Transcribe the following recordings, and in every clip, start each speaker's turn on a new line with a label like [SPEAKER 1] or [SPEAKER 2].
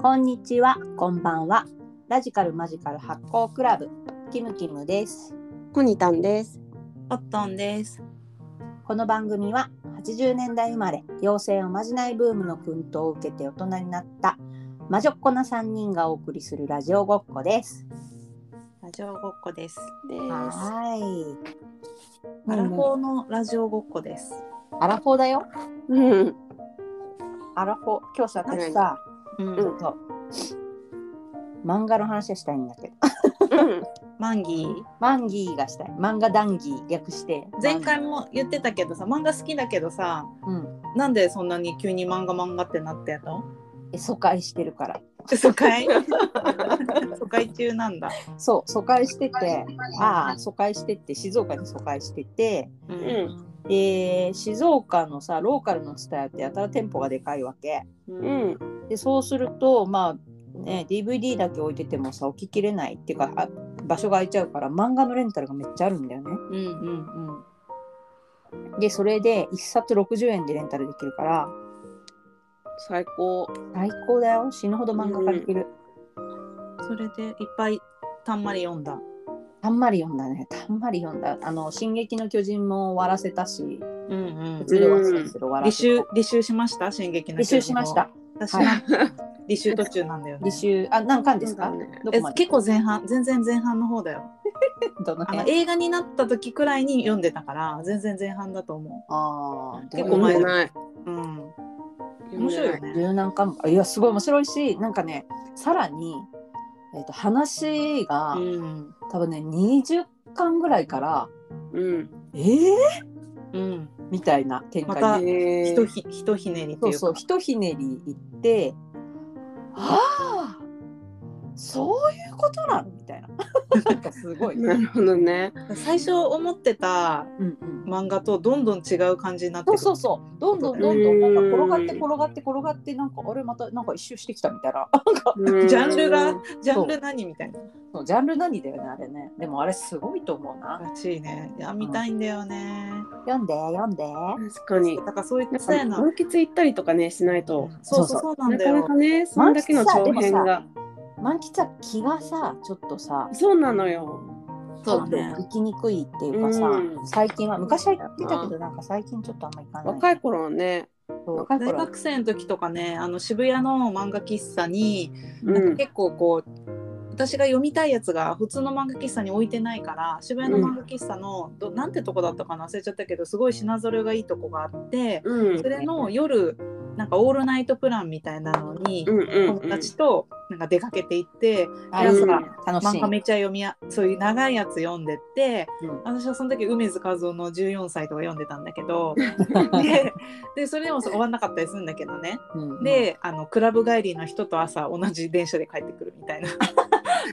[SPEAKER 1] こんにちは、こんばんは。ラジカルマジカル発行クラブ、キムキムです。
[SPEAKER 2] コニタンです。
[SPEAKER 3] コットンです。
[SPEAKER 1] この番組は80年代生まれ、妖精おまじないブームの奮闘を受けて大人になった魔女っ子な3人がお送りするラジオごっこです。
[SPEAKER 3] ラジオごっこです。
[SPEAKER 2] です。
[SPEAKER 1] はーい。
[SPEAKER 3] アラフォーのラジオごっこです。
[SPEAKER 1] アラフォーだよ。
[SPEAKER 2] うん。
[SPEAKER 1] アラフォー。今日さ、私さ、
[SPEAKER 3] うん
[SPEAKER 2] うん
[SPEAKER 1] そう漫画の話がしたいんだけど。
[SPEAKER 2] うん。
[SPEAKER 3] マンギー。
[SPEAKER 1] マンギーがしたい。漫画談義略して。
[SPEAKER 3] 前回も言ってたけどさ、漫画好きだけどさ、
[SPEAKER 1] うん。
[SPEAKER 3] なんでそんなに急に漫画漫画ってなってんの？
[SPEAKER 1] え疎開してるから。
[SPEAKER 3] 疎 開。疎開中なんだ。
[SPEAKER 1] そう、疎開してて、ああ、疎開してって、静岡に疎開してて、
[SPEAKER 3] う。
[SPEAKER 2] うんん。
[SPEAKER 1] で、静岡のさ、ローカルの伝えってやたら店舗がでかいわけ。
[SPEAKER 2] う
[SPEAKER 3] うん。
[SPEAKER 2] ん。
[SPEAKER 1] で、そうすると、まあ、ね、DVD だけ置いててもさ、置ききれないっていうか、あ場所が空いちゃうから、漫画のレンタルがめっちゃあるんだよね。
[SPEAKER 3] うんうん
[SPEAKER 1] で、それで、1冊60円でレンタルできるから、
[SPEAKER 2] 最高。
[SPEAKER 1] 最高だよ。死ぬほど漫画ができる。
[SPEAKER 3] それでいっぱいたんまり読んだ。
[SPEAKER 1] たんまり読んだね。たんまり読んだ。あの、進撃の巨人も終わらせたし、
[SPEAKER 3] うんうん
[SPEAKER 1] 普通ではそうですけど終わ
[SPEAKER 3] 履
[SPEAKER 1] らせた。
[SPEAKER 3] 修履修しました？進撃
[SPEAKER 1] 履
[SPEAKER 3] の巨人
[SPEAKER 1] 修
[SPEAKER 3] を
[SPEAKER 1] しました。。
[SPEAKER 3] 私
[SPEAKER 1] はい
[SPEAKER 3] なんか履修途中なんだよね
[SPEAKER 1] 履。修、あ、何巻ですか
[SPEAKER 2] そうだね
[SPEAKER 1] どこ
[SPEAKER 3] え
[SPEAKER 1] まで
[SPEAKER 3] 結構前半全然前半の方だよ。
[SPEAKER 1] どの
[SPEAKER 3] あの
[SPEAKER 1] 辺
[SPEAKER 3] 映画になった時くらいに読んでたから全然前半だと思
[SPEAKER 1] ああ、
[SPEAKER 3] 結
[SPEAKER 2] 結
[SPEAKER 3] 構
[SPEAKER 2] 構
[SPEAKER 3] 前
[SPEAKER 2] 前
[SPEAKER 3] だ
[SPEAKER 2] ない。
[SPEAKER 3] う。うん、面白いよ。ね。
[SPEAKER 1] 柔軟感もあいやすごい面白いしなんかねさらに、えっと話が、
[SPEAKER 3] うん、
[SPEAKER 1] 多分ね20巻ぐらいから
[SPEAKER 2] うん。
[SPEAKER 1] 「えー?
[SPEAKER 3] うん、」
[SPEAKER 1] みたいな展開に、
[SPEAKER 3] また
[SPEAKER 2] え
[SPEAKER 3] ひとひひとひねりと
[SPEAKER 1] そう
[SPEAKER 3] いうか。
[SPEAKER 1] そうひとひねりいって「ああそういうことなの?」みたい ななんかすごい。
[SPEAKER 2] なるほどね。
[SPEAKER 3] 最初思ってた
[SPEAKER 1] うんうん
[SPEAKER 3] 漫画とどんどん違う感じになっ
[SPEAKER 1] そう
[SPEAKER 3] てくる。
[SPEAKER 1] そうそうどんどんどんどんなんか転がって転がって転がってなんかあれまたなんか一周してきたみたいな
[SPEAKER 2] うん
[SPEAKER 3] ジャンルがジャンル何みたいな。
[SPEAKER 1] そうジャンル何だよねあれねでもあれすごいと思うな
[SPEAKER 3] らしいね。いや見たいんだよね。
[SPEAKER 1] 読んで読んで
[SPEAKER 2] 確かに。
[SPEAKER 3] だからそういっ
[SPEAKER 2] なん
[SPEAKER 3] た
[SPEAKER 2] か
[SPEAKER 3] ような。
[SPEAKER 2] 満喫行ったりとかねしないと。
[SPEAKER 3] そうそうそうなん
[SPEAKER 2] な
[SPEAKER 3] だ
[SPEAKER 2] かな
[SPEAKER 3] よ
[SPEAKER 2] か。ね、そんだけの長
[SPEAKER 1] 満
[SPEAKER 2] 編
[SPEAKER 1] 喫さ
[SPEAKER 2] が。
[SPEAKER 1] 満喫は気がさちょっとさ
[SPEAKER 2] そうなのよ。
[SPEAKER 3] そう
[SPEAKER 1] ちょっ
[SPEAKER 3] ね
[SPEAKER 1] と。行きにくいっていうかさ、
[SPEAKER 2] うん
[SPEAKER 1] 最近は昔は行ってたけどなんか最近ちょっとあんま行かない
[SPEAKER 2] 若い頃はね。
[SPEAKER 1] そう若い
[SPEAKER 3] 大
[SPEAKER 1] 頃は
[SPEAKER 3] 学生の時とかね、あの渋谷の漫画喫茶に、
[SPEAKER 2] う
[SPEAKER 3] なんか
[SPEAKER 2] ん。
[SPEAKER 3] 結構こう私が読みたいやつが普通の漫画喫茶に置いてないから渋谷の漫画喫茶の、どなんてとこだったかな忘れちゃったけどすごい品揃えがいいとこがあって
[SPEAKER 2] うん
[SPEAKER 3] そ。れの夜なんかオールナイトプランみたいなのに
[SPEAKER 2] うんうん
[SPEAKER 3] 友達となんか出かけていって
[SPEAKER 1] あれさ楽しい
[SPEAKER 3] 漫画めっちゃ読みやそういう長いやつ読んでって、
[SPEAKER 1] うん
[SPEAKER 3] 私はその時梅津和夫の14歳とか読んでたんだけど ででそれでもさ終わんなかったりするんだけどね。
[SPEAKER 1] うん
[SPEAKER 3] であのクラブ帰りの人と朝同じ電車で帰ってくるみたいな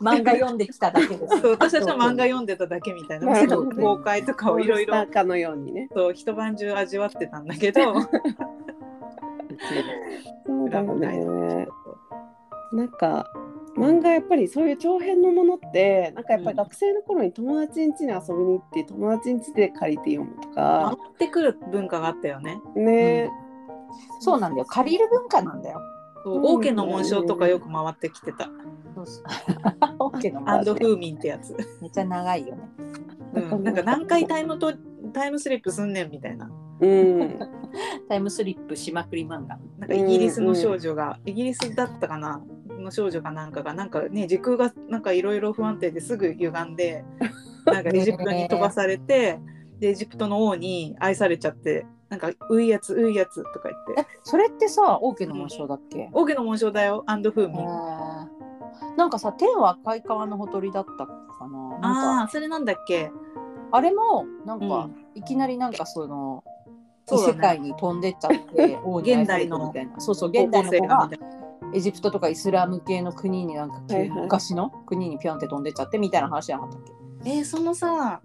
[SPEAKER 1] 漫画読んできただけです
[SPEAKER 3] そう私たちは漫画読んでただけみたいな
[SPEAKER 2] な
[SPEAKER 3] す
[SPEAKER 2] るほど
[SPEAKER 3] ぐ公開とかをいろい
[SPEAKER 2] オー
[SPEAKER 3] ろ
[SPEAKER 2] ルスターかのようにね。
[SPEAKER 3] と一晩中味わってたんだけど
[SPEAKER 2] そうだよね。
[SPEAKER 3] う
[SPEAKER 2] なんか漫画やっぱりそういう長編のものってなんかやっぱり学生の頃に友達ん家に遊びに行って友達ん家で借りて読むと
[SPEAKER 3] 回
[SPEAKER 2] か
[SPEAKER 3] ってくる文化があったよね。
[SPEAKER 2] ね、
[SPEAKER 1] そうなんだよ借りる文化なんだよ
[SPEAKER 3] そう
[SPEAKER 2] うん
[SPEAKER 3] 王家の紋章とかよく回ってきてた。
[SPEAKER 1] オッケーの
[SPEAKER 3] ア
[SPEAKER 1] マ
[SPEAKER 3] ン
[SPEAKER 1] ー
[SPEAKER 3] ド
[SPEAKER 1] クね
[SPEAKER 3] フーミンってやつ。
[SPEAKER 1] めっちゃ長いよね
[SPEAKER 3] うん、なんか何回タイムとタイムスリップすんねんみたいな。
[SPEAKER 2] うん、
[SPEAKER 1] タイムスリップしまくり漫画
[SPEAKER 3] なんかイギリスの少女が、イギリスだったかなの少女かなんかがなんかね時空がなんかいろいろ不安定ですぐ歪 んでなんかエジプトに飛ばされてでエジプトの王に愛されちゃってなんか「ういやつういやつ」とか言って
[SPEAKER 1] えそれってさオーケーの紋章だっけ
[SPEAKER 3] 「王家の紋章だよアンドフーミン」
[SPEAKER 1] なんかさ天は赤い川のほとりだったかななんか
[SPEAKER 3] ああーそれなんだっけ
[SPEAKER 1] あれもなんか、
[SPEAKER 3] うん
[SPEAKER 1] いきなりなんかその異
[SPEAKER 3] そうだね
[SPEAKER 1] 世界に飛んでっちゃっ て、王に愛されてみたいなそうそう現代の子が
[SPEAKER 3] みたいな
[SPEAKER 1] エジプトとかイスラム系の国になんか、
[SPEAKER 2] はいはい
[SPEAKER 1] 昔の国にピョンって飛んでっちゃってみたいな話じゃなかったっけ
[SPEAKER 3] えーそのさ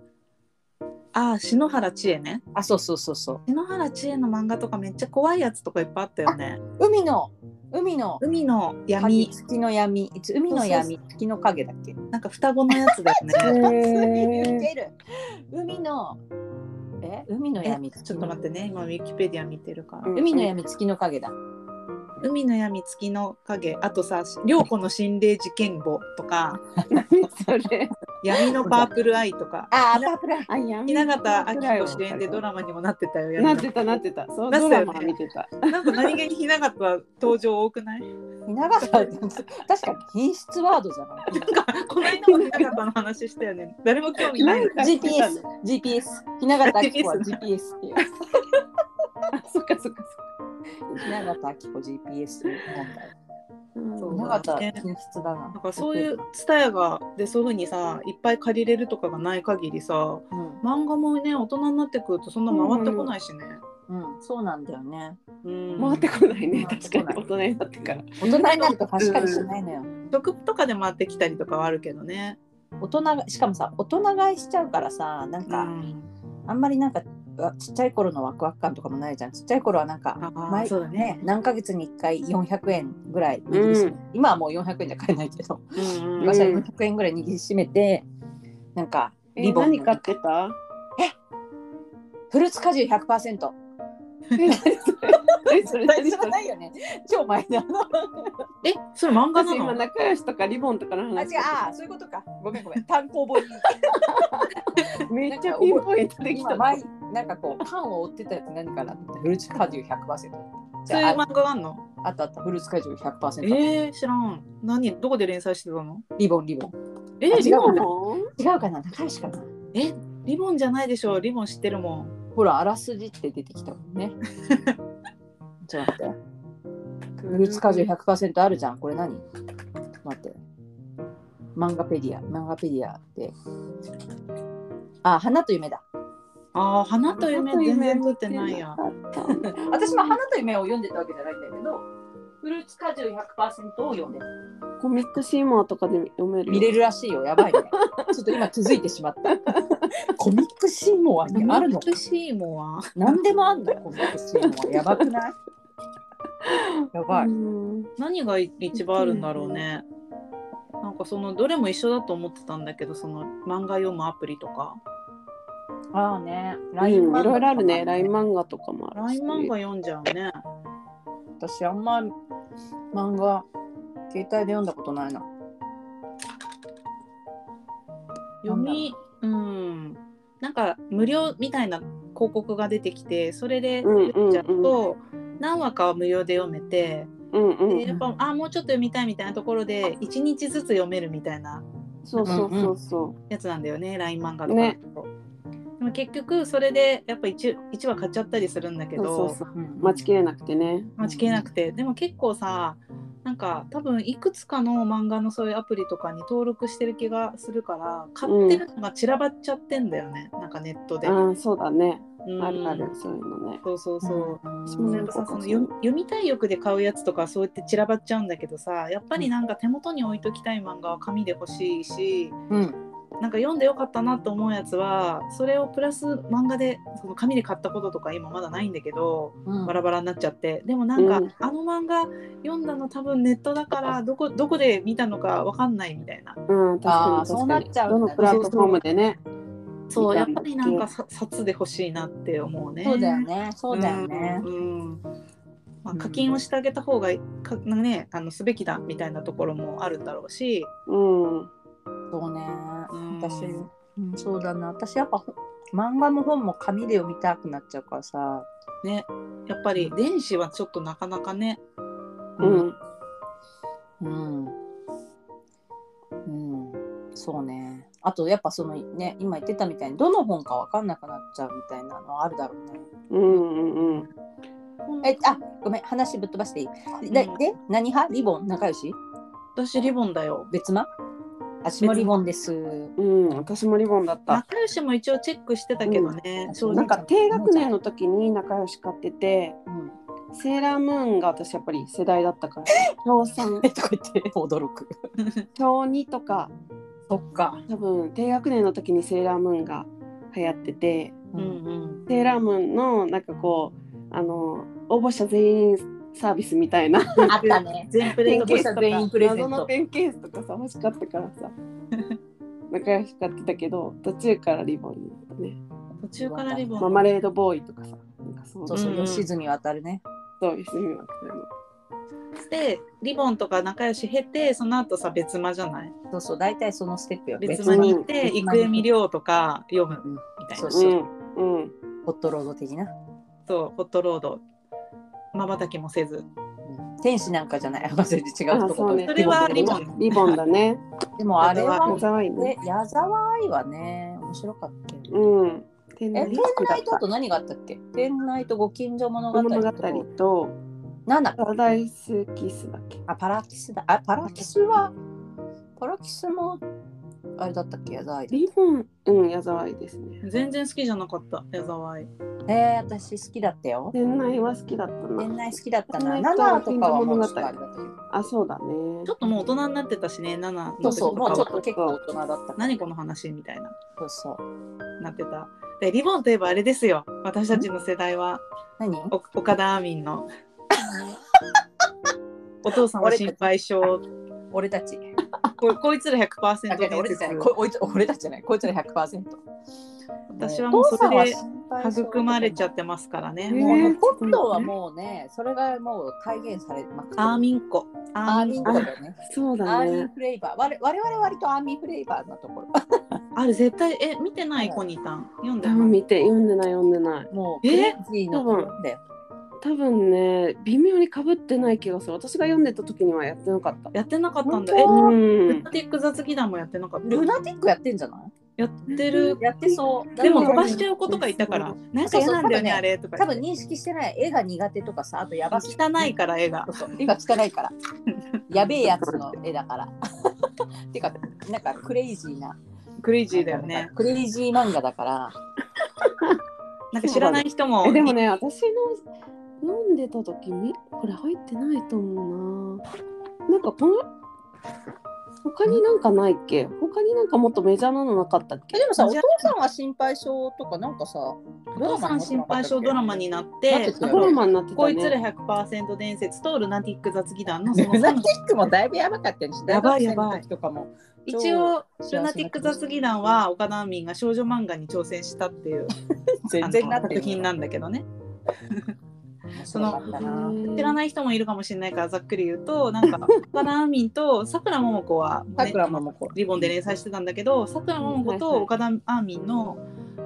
[SPEAKER 3] あー篠原千恵ね
[SPEAKER 1] あそうそうそうそう
[SPEAKER 3] 篠原千恵の漫画とかめっちゃ怖いやつとかいっぱいあったよね
[SPEAKER 1] 海の海の
[SPEAKER 3] 海の
[SPEAKER 1] 闇
[SPEAKER 3] 闇
[SPEAKER 1] 月の闇いつ海の
[SPEAKER 3] そう
[SPEAKER 1] 闇月の影だっけ
[SPEAKER 3] なんか双子のやつだよ ね
[SPEAKER 1] 似
[SPEAKER 2] え
[SPEAKER 1] てる海のえ海の
[SPEAKER 3] え
[SPEAKER 1] 闇
[SPEAKER 3] ちょっと待ってね今ウィキペディア見てるから、
[SPEAKER 2] うん
[SPEAKER 1] 海の闇月の影だ
[SPEAKER 3] 海の闇月の影あとさ涼子の心霊事件簿とか
[SPEAKER 2] 何それ
[SPEAKER 3] 闇のパープルアイとか
[SPEAKER 1] ああ、パープルアイ。
[SPEAKER 2] あやめ
[SPEAKER 3] 雛形明子主演でドラマにもなってたよや
[SPEAKER 2] なっ
[SPEAKER 3] つ
[SPEAKER 2] てたなってたそう
[SPEAKER 3] なっ
[SPEAKER 2] ド
[SPEAKER 3] てた
[SPEAKER 2] ラ
[SPEAKER 3] よね
[SPEAKER 2] マ見てた
[SPEAKER 3] なんか何気に雛形は登場多くない
[SPEAKER 1] 雛形は 確かに品質ワードじゃない。
[SPEAKER 3] この間も雛形の話したよね誰も興 味ない
[SPEAKER 2] なんかしてた
[SPEAKER 1] GPS
[SPEAKER 2] の、
[SPEAKER 1] GPS。雛形明子は GPS っていう。
[SPEAKER 2] あそっかそっか
[SPEAKER 1] 雛形明子 GPS 問題。
[SPEAKER 2] そっか
[SPEAKER 3] そう
[SPEAKER 1] 雛形品質だな
[SPEAKER 3] なん。かそういうツタヤがでそういうふうにさいっぱい借りれるとかがない限りさ
[SPEAKER 1] うん。
[SPEAKER 3] 漫画もね大人になってくるとそんな回ってこないしね、
[SPEAKER 1] うん、そうなんだよね。
[SPEAKER 3] うん
[SPEAKER 2] 回ってこないね
[SPEAKER 1] 回っ
[SPEAKER 2] 確
[SPEAKER 1] て
[SPEAKER 2] か
[SPEAKER 1] こ
[SPEAKER 2] に
[SPEAKER 1] ない
[SPEAKER 2] 大人になってから
[SPEAKER 1] 大人になると確かにしないのよ。
[SPEAKER 3] 食とかで回ってきたりとかはあるけどね。
[SPEAKER 1] 大人がしかもさ大人買いしちゃうからさなんか、
[SPEAKER 3] うん
[SPEAKER 1] あんまりなんかうわちっちゃい頃のワクワク感とかもないじゃんちっちゃい頃はなんか
[SPEAKER 3] あー
[SPEAKER 1] 毎
[SPEAKER 3] そうだね
[SPEAKER 1] 何ヶ月に1回400円ぐらい握りしめ
[SPEAKER 2] うん
[SPEAKER 1] 今はもう400円じゃ買えないけど
[SPEAKER 3] うんうん
[SPEAKER 1] 昔は400円ぐらい握りしめてなんか
[SPEAKER 2] え
[SPEAKER 1] リボン
[SPEAKER 2] 何
[SPEAKER 1] の
[SPEAKER 2] 買ってた
[SPEAKER 1] フルーツ果汁100%
[SPEAKER 2] え何それ何
[SPEAKER 1] 大丈
[SPEAKER 2] それ
[SPEAKER 1] 夫ないよね超マイナーの
[SPEAKER 3] え、それ漫画
[SPEAKER 2] 私
[SPEAKER 3] な
[SPEAKER 2] 今
[SPEAKER 3] の？
[SPEAKER 2] 仲良しとかリボンとかの話
[SPEAKER 1] あ違うあーそういうことかごめんごめん単行本に
[SPEAKER 2] めっちゃピンポイントでき
[SPEAKER 1] 今
[SPEAKER 2] た
[SPEAKER 1] 前なんかこうパンを追ってたやつ何かなってフルーツ果汁100%じ
[SPEAKER 3] そういう
[SPEAKER 1] ゃあ
[SPEAKER 3] 漫画があんの？
[SPEAKER 1] ああったあったフルーツ果汁
[SPEAKER 3] え
[SPEAKER 1] 100%、
[SPEAKER 3] ー、知らん。何どこで連載してたの？
[SPEAKER 1] リボンリボン
[SPEAKER 3] え
[SPEAKER 1] あ違う
[SPEAKER 3] リボン
[SPEAKER 2] う
[SPEAKER 1] 違うかな仲良しかな
[SPEAKER 3] えリボンじゃないでしょ。リボン知ってるもん。
[SPEAKER 1] ほらあらすじって出てきたもん ねちょっと待ってフルーツ果汁100%あるじゃんこれ何待って漫画ペディア漫画ペディアであ花と夢だ
[SPEAKER 3] ああ、花と夢全然撮ってないや。
[SPEAKER 1] 私も花と夢を読んでたわけじゃないんだけどフルーツ果汁100%を読んでる
[SPEAKER 2] コミックシーマーとかで読める
[SPEAKER 1] 見れるらしいよやばい ねちょっと今気づいてしまった コミックシーンもあ
[SPEAKER 3] あ
[SPEAKER 1] る
[SPEAKER 3] る
[SPEAKER 1] の
[SPEAKER 3] の？美しいもんは。
[SPEAKER 1] 何でもあんのコミックシーンもやばくないやばい、
[SPEAKER 2] うん
[SPEAKER 3] 何が一番あるんだろうね。なんかそのどれも一緒だと思ってたんだけどその漫画読むアプリとか
[SPEAKER 1] ああね、
[SPEAKER 2] うん、い
[SPEAKER 1] LINE 漫画
[SPEAKER 2] ろいろあるね。
[SPEAKER 1] とか
[SPEAKER 2] LINE 漫画とかもある
[SPEAKER 3] LINE 漫画読んじゃうね
[SPEAKER 1] 私あんま漫画携帯で読んだことないな。
[SPEAKER 3] 読みうんなんか無料みたいな広告が出てきてそれで
[SPEAKER 2] うんうんうん
[SPEAKER 3] 読んじゃうと、何話かは無料で読めて、
[SPEAKER 2] うんうん
[SPEAKER 3] でやっぱあもうちょっと読みたいみたいなところで1日ずつ読めるみたいな
[SPEAKER 2] そうそうそうそ
[SPEAKER 3] やつなんだよね LINE 漫画とかだとでも結局それでやっぱ 1, 一話買っちゃったりするんだけ
[SPEAKER 2] う。そう
[SPEAKER 3] ど
[SPEAKER 2] そうそう。
[SPEAKER 1] うん
[SPEAKER 2] 待ちきれなくてね。
[SPEAKER 3] 待ちきれなくて、でも結構さなんか多分いくつかの漫画のそういうアプリとかに登録してる気がするから買ってるのが散らばっちゃってんだよね、なんかネットで。
[SPEAKER 2] ああ、そうだね。
[SPEAKER 3] うん
[SPEAKER 2] あるある、そういうのね。
[SPEAKER 3] そうそうそう。
[SPEAKER 2] 私
[SPEAKER 1] う
[SPEAKER 2] も
[SPEAKER 1] ん
[SPEAKER 3] な
[SPEAKER 2] ね
[SPEAKER 3] んかさその
[SPEAKER 2] そう
[SPEAKER 3] 読読みたい欲で買うやつとかそうやって散らばっちゃうんだけどさやっぱりなんか手元に置いときたい漫画は紙で欲しいし
[SPEAKER 1] うん
[SPEAKER 3] なんか読んでよかったなと思うやつはそれをプラス漫画でその紙で買ったこととか今まだないんだけど
[SPEAKER 1] うん
[SPEAKER 3] バラバラになっちゃってでもなんか、
[SPEAKER 2] うん
[SPEAKER 3] あの漫画読んだの多分ネットだからどこどこで見たのかわかんないみたいな
[SPEAKER 2] うん、確
[SPEAKER 1] あー
[SPEAKER 2] かに
[SPEAKER 1] そう
[SPEAKER 2] 確
[SPEAKER 1] な
[SPEAKER 2] か
[SPEAKER 1] っ
[SPEAKER 2] に。
[SPEAKER 1] ちゃうんだ
[SPEAKER 2] どのプラットフォームでね。
[SPEAKER 3] そうやっ
[SPEAKER 2] 見た
[SPEAKER 3] ぱ
[SPEAKER 2] んだ
[SPEAKER 3] りなんかさ札で欲しいなって思うね。
[SPEAKER 1] そうだよね、そうだよね。
[SPEAKER 3] うんうんま
[SPEAKER 1] う
[SPEAKER 3] あ、
[SPEAKER 1] ん
[SPEAKER 3] 課金をしてあげた方がか、ね、あのすべきだみたいなところもあるんだろうし、
[SPEAKER 2] うん。
[SPEAKER 1] そうね。
[SPEAKER 3] うん
[SPEAKER 1] 私、うん、そうだな。私やっぱほ漫画も本も紙で読みたくなっちゃうからさ。
[SPEAKER 3] ね、やっぱり電子はちょっとなかなかね、
[SPEAKER 2] うん。
[SPEAKER 1] うん。うん。そうね。あとやっぱそのね、今言ってたみたいにどの本かわかんなくなっちゃうみたいなのはあるだろうね。
[SPEAKER 2] うんうんうん。
[SPEAKER 1] えあごめん話ぶっ飛ばしていい、で
[SPEAKER 3] うん
[SPEAKER 1] で何派リボン仲良し
[SPEAKER 3] 私リボンだよ。
[SPEAKER 1] 別間私もリボンです
[SPEAKER 2] うん、私もリボンだった。
[SPEAKER 3] 仲良しも一応チェックしてたけどね、
[SPEAKER 1] うん
[SPEAKER 3] 正
[SPEAKER 2] なん
[SPEAKER 3] 直
[SPEAKER 2] か低学年の時に仲良し買ってて、
[SPEAKER 1] うん
[SPEAKER 2] セーラームーンが私やっぱり世代だったから、小3、
[SPEAKER 1] えとか言って驚く
[SPEAKER 2] 小2とか、
[SPEAKER 1] そっか
[SPEAKER 2] 多分低学年の時にセーラームーンが流行ってて
[SPEAKER 1] う
[SPEAKER 3] うん
[SPEAKER 1] ん
[SPEAKER 3] うん
[SPEAKER 2] セーラームーンのなんかこうあの応募者全員サービスみたいな
[SPEAKER 1] あったね
[SPEAKER 3] 全プレ
[SPEAKER 2] ペ
[SPEAKER 3] イ
[SPEAKER 2] ン
[SPEAKER 3] ト
[SPEAKER 2] ケー
[SPEAKER 3] とし
[SPEAKER 2] ス
[SPEAKER 3] た
[SPEAKER 2] とか
[SPEAKER 1] 全員プレゼント
[SPEAKER 2] 謎のペンケースとかさ欲しかったからさ仲良し買ってたけど途中からリボンになったね
[SPEAKER 3] 途中からリボ
[SPEAKER 2] マ
[SPEAKER 3] ン。
[SPEAKER 2] マレードボーイとかさなんかそ う
[SPEAKER 1] そう
[SPEAKER 2] そ
[SPEAKER 1] そうう
[SPEAKER 3] うん
[SPEAKER 1] 吉住渡るね
[SPEAKER 2] そういう趣味はあったの
[SPEAKER 3] でリボンとか仲良し経てその後さ別間じゃない
[SPEAKER 1] そうそう、大体そのステップよ。
[SPEAKER 3] 別間に行っ
[SPEAKER 1] 別
[SPEAKER 3] て
[SPEAKER 1] 間
[SPEAKER 3] 生山亮とか読む
[SPEAKER 1] うん
[SPEAKER 3] みたい
[SPEAKER 1] そう
[SPEAKER 3] な
[SPEAKER 1] そうう、
[SPEAKER 2] んうん
[SPEAKER 1] ホットロード的な。
[SPEAKER 3] そうホットロードまばたきもせず
[SPEAKER 1] うん天使なんかじゃない、忘れて違うとこ
[SPEAKER 2] あそ
[SPEAKER 1] ろ
[SPEAKER 2] うね
[SPEAKER 3] それはリボン
[SPEAKER 2] リボンだね。
[SPEAKER 1] でもあれは
[SPEAKER 2] 矢、沢いいね。
[SPEAKER 1] ね、矢沢愛はね、面白かったよね。
[SPEAKER 2] うん。天
[SPEAKER 1] え、
[SPEAKER 2] 然
[SPEAKER 1] 天
[SPEAKER 2] リスクだっ
[SPEAKER 1] 内とあ
[SPEAKER 2] た
[SPEAKER 1] と。何があったっけ天内とご近所物語
[SPEAKER 2] 物語
[SPEAKER 1] と、
[SPEAKER 2] と、
[SPEAKER 1] なんだっけ
[SPEAKER 2] パラダイスキスだっけ。
[SPEAKER 1] あ、パラキスだ。あ、パラキスは、パラキスも、あれだったっけ矢沢愛で。
[SPEAKER 2] リボン、うん、矢沢いいですね。
[SPEAKER 3] 全然好きじゃなかった矢沢愛
[SPEAKER 1] えー、私好きだったよ。
[SPEAKER 2] 天内は好きだったな。
[SPEAKER 1] 天内好きだったな。
[SPEAKER 2] 天
[SPEAKER 1] ナ
[SPEAKER 2] 内と
[SPEAKER 1] ナとかはもう
[SPEAKER 2] ご
[SPEAKER 1] ちょ
[SPEAKER 2] 近
[SPEAKER 1] っ
[SPEAKER 2] 所
[SPEAKER 1] とあれだっ
[SPEAKER 2] 物
[SPEAKER 1] たけど。
[SPEAKER 2] あ、そうだね。
[SPEAKER 3] ちょっともう大人になってたしね7の時
[SPEAKER 1] そ
[SPEAKER 3] と
[SPEAKER 1] うそう、
[SPEAKER 3] か
[SPEAKER 1] も
[SPEAKER 3] は
[SPEAKER 1] うちょっと結構大人だったから。
[SPEAKER 3] 何この話みたいな
[SPEAKER 1] そうそう。
[SPEAKER 3] なってたでリボンといえばあれですよ私たちの世代は
[SPEAKER 1] 何
[SPEAKER 3] お岡田アーミ ンのお父さんは心配性
[SPEAKER 1] 俺たち。
[SPEAKER 3] ここいつら
[SPEAKER 1] あ違う違う
[SPEAKER 3] 100%
[SPEAKER 1] 俺たち
[SPEAKER 3] で
[SPEAKER 1] じゃない
[SPEAKER 3] す
[SPEAKER 1] こおいつ俺たちじゃない。こいつら100%。
[SPEAKER 3] 私はもうそれで育まれちゃ
[SPEAKER 1] っ
[SPEAKER 3] ってますから
[SPEAKER 1] て
[SPEAKER 3] ね
[SPEAKER 1] もう
[SPEAKER 2] ね
[SPEAKER 1] コットンはもうね、それがもう体現されまくってる
[SPEAKER 3] アーミンコア
[SPEAKER 1] ア
[SPEAKER 3] ー
[SPEAKER 1] ー
[SPEAKER 3] ミ
[SPEAKER 1] ミ
[SPEAKER 3] ン
[SPEAKER 1] ン
[SPEAKER 3] コ
[SPEAKER 1] とかね。
[SPEAKER 2] そう
[SPEAKER 1] ア
[SPEAKER 2] だ
[SPEAKER 1] ーミン
[SPEAKER 2] ね。
[SPEAKER 1] フレーバー。我々我々割とアーミンフレーバーなとこ ろ。
[SPEAKER 3] あれ絶対え見てないコニタン読んだ
[SPEAKER 2] 多分見て、読んでない、読んでない。
[SPEAKER 1] もうクレ
[SPEAKER 3] え
[SPEAKER 1] イジーのところだよ。
[SPEAKER 2] 多分ね、微妙に被ってない気がする。私が読んでた時にはやってなかった。
[SPEAKER 3] やってなかったんだえ
[SPEAKER 1] 本
[SPEAKER 2] う
[SPEAKER 3] ル
[SPEAKER 2] ん。
[SPEAKER 3] ナティック雑技団もやってなかった
[SPEAKER 1] ルナティックやってんじゃない
[SPEAKER 3] やってる
[SPEAKER 1] やってそう。
[SPEAKER 3] でも
[SPEAKER 1] 多
[SPEAKER 3] 飛ば
[SPEAKER 1] 分
[SPEAKER 3] しちゃう子とかいたからなんか
[SPEAKER 1] そうそう
[SPEAKER 3] 嫌なんだよね
[SPEAKER 1] 多分ね
[SPEAKER 3] あれとか
[SPEAKER 1] 多分認識してない絵が苦手とかさ、あとやばすぎ
[SPEAKER 3] 汚いから絵が
[SPEAKER 1] そう絵が汚いから。やべえやつの絵だから。 てか、なんかクレイジーな。
[SPEAKER 3] クレイジーだよね
[SPEAKER 1] クレイジー漫画だから。
[SPEAKER 3] なんか知らない人も
[SPEAKER 2] えでもね、私の読んでた時にこれ入ってないと思うな。なんかこの他になんかないっけ他になんかもっとメジャーなのなかったっけ
[SPEAKER 1] えでもさ、お
[SPEAKER 3] じ
[SPEAKER 1] 父
[SPEAKER 3] ゃ
[SPEAKER 1] さんは心配性とか、なんかさ、
[SPEAKER 3] お父さん心配性ドラマになっ
[SPEAKER 1] なって
[SPEAKER 3] て
[SPEAKER 1] た
[SPEAKER 2] ド
[SPEAKER 1] よ
[SPEAKER 2] ラマになってたね。
[SPEAKER 3] こいつら100%伝説とルナティック雑技団のそ の
[SPEAKER 1] ルナ
[SPEAKER 3] 3
[SPEAKER 1] ティックもだいぶやばかったよね。
[SPEAKER 3] やばいやばい
[SPEAKER 1] 大学生の時とかも。
[SPEAKER 3] 一応ルナティック雑技団は岡田アーミンが少女漫画に挑戦したっていう
[SPEAKER 1] 全然な
[SPEAKER 3] あ
[SPEAKER 1] っ
[SPEAKER 3] の
[SPEAKER 1] て
[SPEAKER 3] 作品
[SPEAKER 1] る。
[SPEAKER 3] なんだけどねその
[SPEAKER 1] 面白かったな
[SPEAKER 3] 知らない人もいるかもしれないからざっくり言うとな んか岡田アーミンとさくらももこはもうね
[SPEAKER 1] さくらももこ。
[SPEAKER 3] リボンで連載してたんだけどさくらももこ
[SPEAKER 2] はいは
[SPEAKER 3] と
[SPEAKER 2] い
[SPEAKER 3] 岡田アーミンの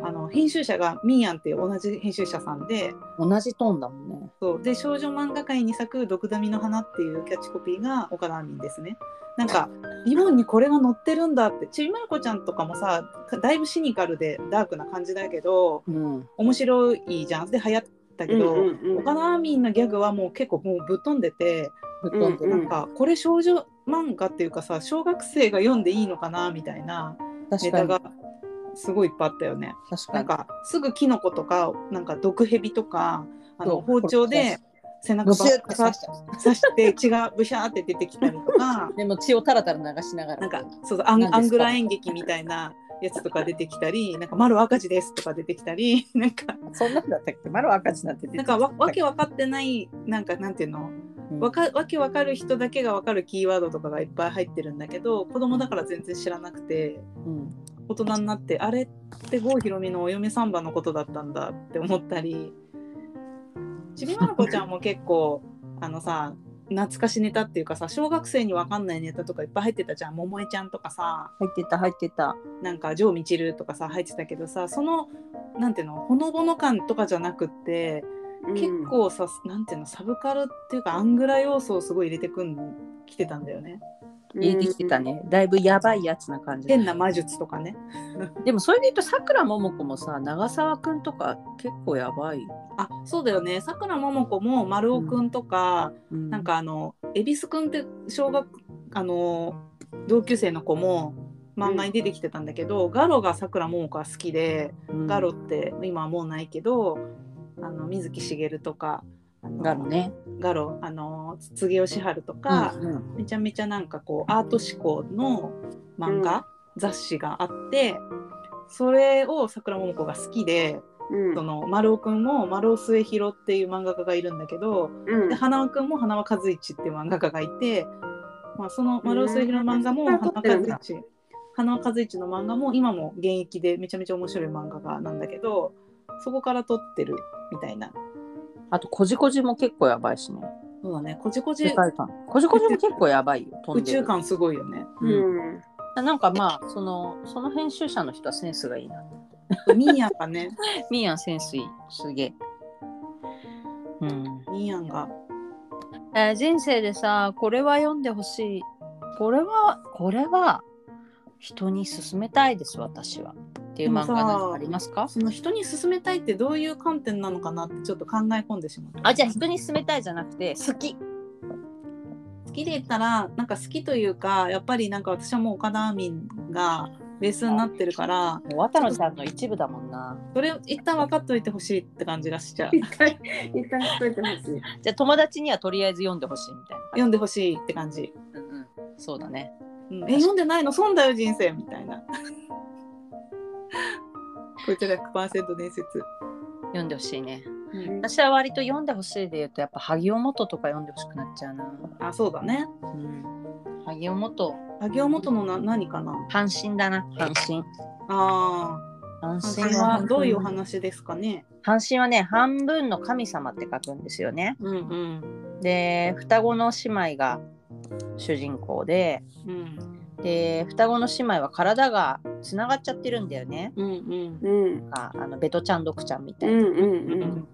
[SPEAKER 3] あの編集者がミンヤンっていう同じ編集者さんで
[SPEAKER 1] 同じトーンだもんね。
[SPEAKER 3] そうで少女漫画界に咲く「毒ダミの花」っていうキャッチコピーが岡田アーミンですね。なんかリボンにこれが載ってるんだってちびまる子ちゃんとかもさだいぶシニカルでダークな感じだけど
[SPEAKER 1] うん。
[SPEAKER 3] 面白いじゃんで流行ったけ
[SPEAKER 2] うん
[SPEAKER 3] ど。
[SPEAKER 2] うんうん
[SPEAKER 3] 岡田アーミンのギャグはもう結構もうぶっ飛んでて
[SPEAKER 1] ぶっ飛んで
[SPEAKER 2] う
[SPEAKER 1] る
[SPEAKER 3] なんかこれ少女漫画っていうかさ小学生が読んでいいのかなみたいなネ
[SPEAKER 1] 確か
[SPEAKER 3] タ
[SPEAKER 1] に。
[SPEAKER 3] がすごいいっぱいあったよね。
[SPEAKER 1] 確か
[SPEAKER 3] なん
[SPEAKER 1] に。
[SPEAKER 3] かすぐキノコとかなんか毒蛇とかあ
[SPEAKER 1] そ
[SPEAKER 3] の
[SPEAKER 1] う
[SPEAKER 3] 包丁で背中
[SPEAKER 1] ブ
[SPEAKER 3] バ
[SPEAKER 1] シュッ
[SPEAKER 3] ッ
[SPEAKER 1] て
[SPEAKER 3] て
[SPEAKER 1] 刺
[SPEAKER 3] 刺
[SPEAKER 1] しちゃう。
[SPEAKER 3] して血がブシャーって出てきたりと か
[SPEAKER 1] でも血をタラタラ流しながら。
[SPEAKER 3] なんかそうそうア
[SPEAKER 1] 何です
[SPEAKER 3] ン
[SPEAKER 1] か
[SPEAKER 3] アングラ演劇みたいなやつとか出てきたりなんか丸赤字ですとか出てきたり なんか
[SPEAKER 1] そんなんだったっけマロ赤字なんて出て
[SPEAKER 3] なん
[SPEAKER 1] きた
[SPEAKER 3] かわわけわかってないなんかなんていうの
[SPEAKER 1] うん
[SPEAKER 3] わかわけわかる人だけがわかるキーワードとかがいっぱい入ってるんだけど子供だから全然知らなくて
[SPEAKER 1] うん
[SPEAKER 3] 大人になってあれって郷ひろみのお嫁サンバのことだったんだって思ったりちびまる子ちゃんも結構 あのさ懐かしネタっていうかさ小学生にわかんないネタとかいっぱい入ってたじゃん桃江ちゃんとかさ
[SPEAKER 1] 入ってた入ってた。
[SPEAKER 3] なんか城みちるとかさ入ってたけどさそのなんていうのほのぼの感とかじゃなくって結構さ、なんていうのサブカルっていうかアングラ要素をすごい入れてくんきてたんだよね
[SPEAKER 1] 入れてきてた。ね。だいぶやばいやつな感じ。
[SPEAKER 3] 変な魔術とかね
[SPEAKER 1] でもそれで言うとさくらももこもさ長澤くんとか結構やばい、
[SPEAKER 3] あそうだよねさくらももこも丸尾くんとか、
[SPEAKER 1] な
[SPEAKER 3] なん
[SPEAKER 1] ん
[SPEAKER 3] かあの恵比寿くんって小学あの同級生の子も漫画に出てきてたんだけど、ガロがさくらももこは好きで、ガロって今はもうないけどあの水木しげるとかあの
[SPEAKER 1] ガロね、
[SPEAKER 3] ガロあの柘植義春とか、
[SPEAKER 1] うんうん
[SPEAKER 3] めちゃめちゃなんかこうアート志向の漫画、雑誌があってそれを桜桃子が好きで、
[SPEAKER 2] うん
[SPEAKER 3] その丸尾くんも丸尾末広っていう漫画家がいるんだけど、
[SPEAKER 2] うん
[SPEAKER 3] で花輪くんも花輪和一っていう漫画家がいて、まあ、その丸尾末広の漫画も
[SPEAKER 2] うん
[SPEAKER 3] 花輪和一花輪和一の漫画も今も現役でめちゃめちゃ面白い漫画家なんだけどそこから撮ってるみたいな
[SPEAKER 1] あとこじこじも結構やばいしね
[SPEAKER 3] そうだねこじこじ
[SPEAKER 1] 世界観こじこじも結構やばいよ飛
[SPEAKER 3] 宇
[SPEAKER 1] んでる
[SPEAKER 3] 宙観すごいよね
[SPEAKER 1] うん
[SPEAKER 2] ん。
[SPEAKER 1] なんかまあそのその編集者の人はセンスがいいな
[SPEAKER 3] ミーヤンがね
[SPEAKER 1] ミーヤンセンスいいすげえうん
[SPEAKER 3] ミーヤンが
[SPEAKER 1] えー人生でさこれは読んでほしいこれはこれは人に勧めたいです私はっていう漫
[SPEAKER 3] で
[SPEAKER 1] 画
[SPEAKER 3] も
[SPEAKER 1] な
[SPEAKER 3] さ
[SPEAKER 1] んかありますか
[SPEAKER 3] その人に勧めたいってどういう観点なのかなってちょっと考え込んでしまった
[SPEAKER 1] あじゃあ人に勧めたいじゃなくて好き
[SPEAKER 3] 好きで言ったらなんか好きというかやっぱりなんか私はもう岡田アミンがベースになってるから
[SPEAKER 1] もう渡野ちゃんの一部だもんな
[SPEAKER 3] それ一旦分かっといてほしいって感じがしちゃう
[SPEAKER 2] 一回、一回しといてほしい。
[SPEAKER 1] じゃあ友達にはとりあえず読んでほしいみたい
[SPEAKER 3] 読んでほしいって感じ、
[SPEAKER 1] な、うんうん、そうだね
[SPEAKER 3] うん、え読んでないの損だよ人生みたいなこいつら100%伝説、
[SPEAKER 1] 読んでほしいね
[SPEAKER 3] うん
[SPEAKER 1] 私は割と読んでほしいで言うとやっぱ萩尾元とか読んでほしくなっちゃうな
[SPEAKER 3] あそうだね
[SPEAKER 1] うん萩尾元
[SPEAKER 3] 萩尾元のな何かな
[SPEAKER 1] 阪神だな阪神
[SPEAKER 3] あ
[SPEAKER 1] 阪
[SPEAKER 3] あ
[SPEAKER 1] 神は
[SPEAKER 3] どういうお話ですかね
[SPEAKER 1] 阪神はね半分の神様って書くんですよね。
[SPEAKER 3] うんうん
[SPEAKER 1] で双子の姉妹が主人公で
[SPEAKER 3] うん
[SPEAKER 1] で双子の姉妹は体がつながっちゃってるんだよね。
[SPEAKER 3] うんうん
[SPEAKER 2] うん。
[SPEAKER 1] ああのベトちゃんドクちゃんみた
[SPEAKER 2] う
[SPEAKER 1] いな。
[SPEAKER 2] んうんうん。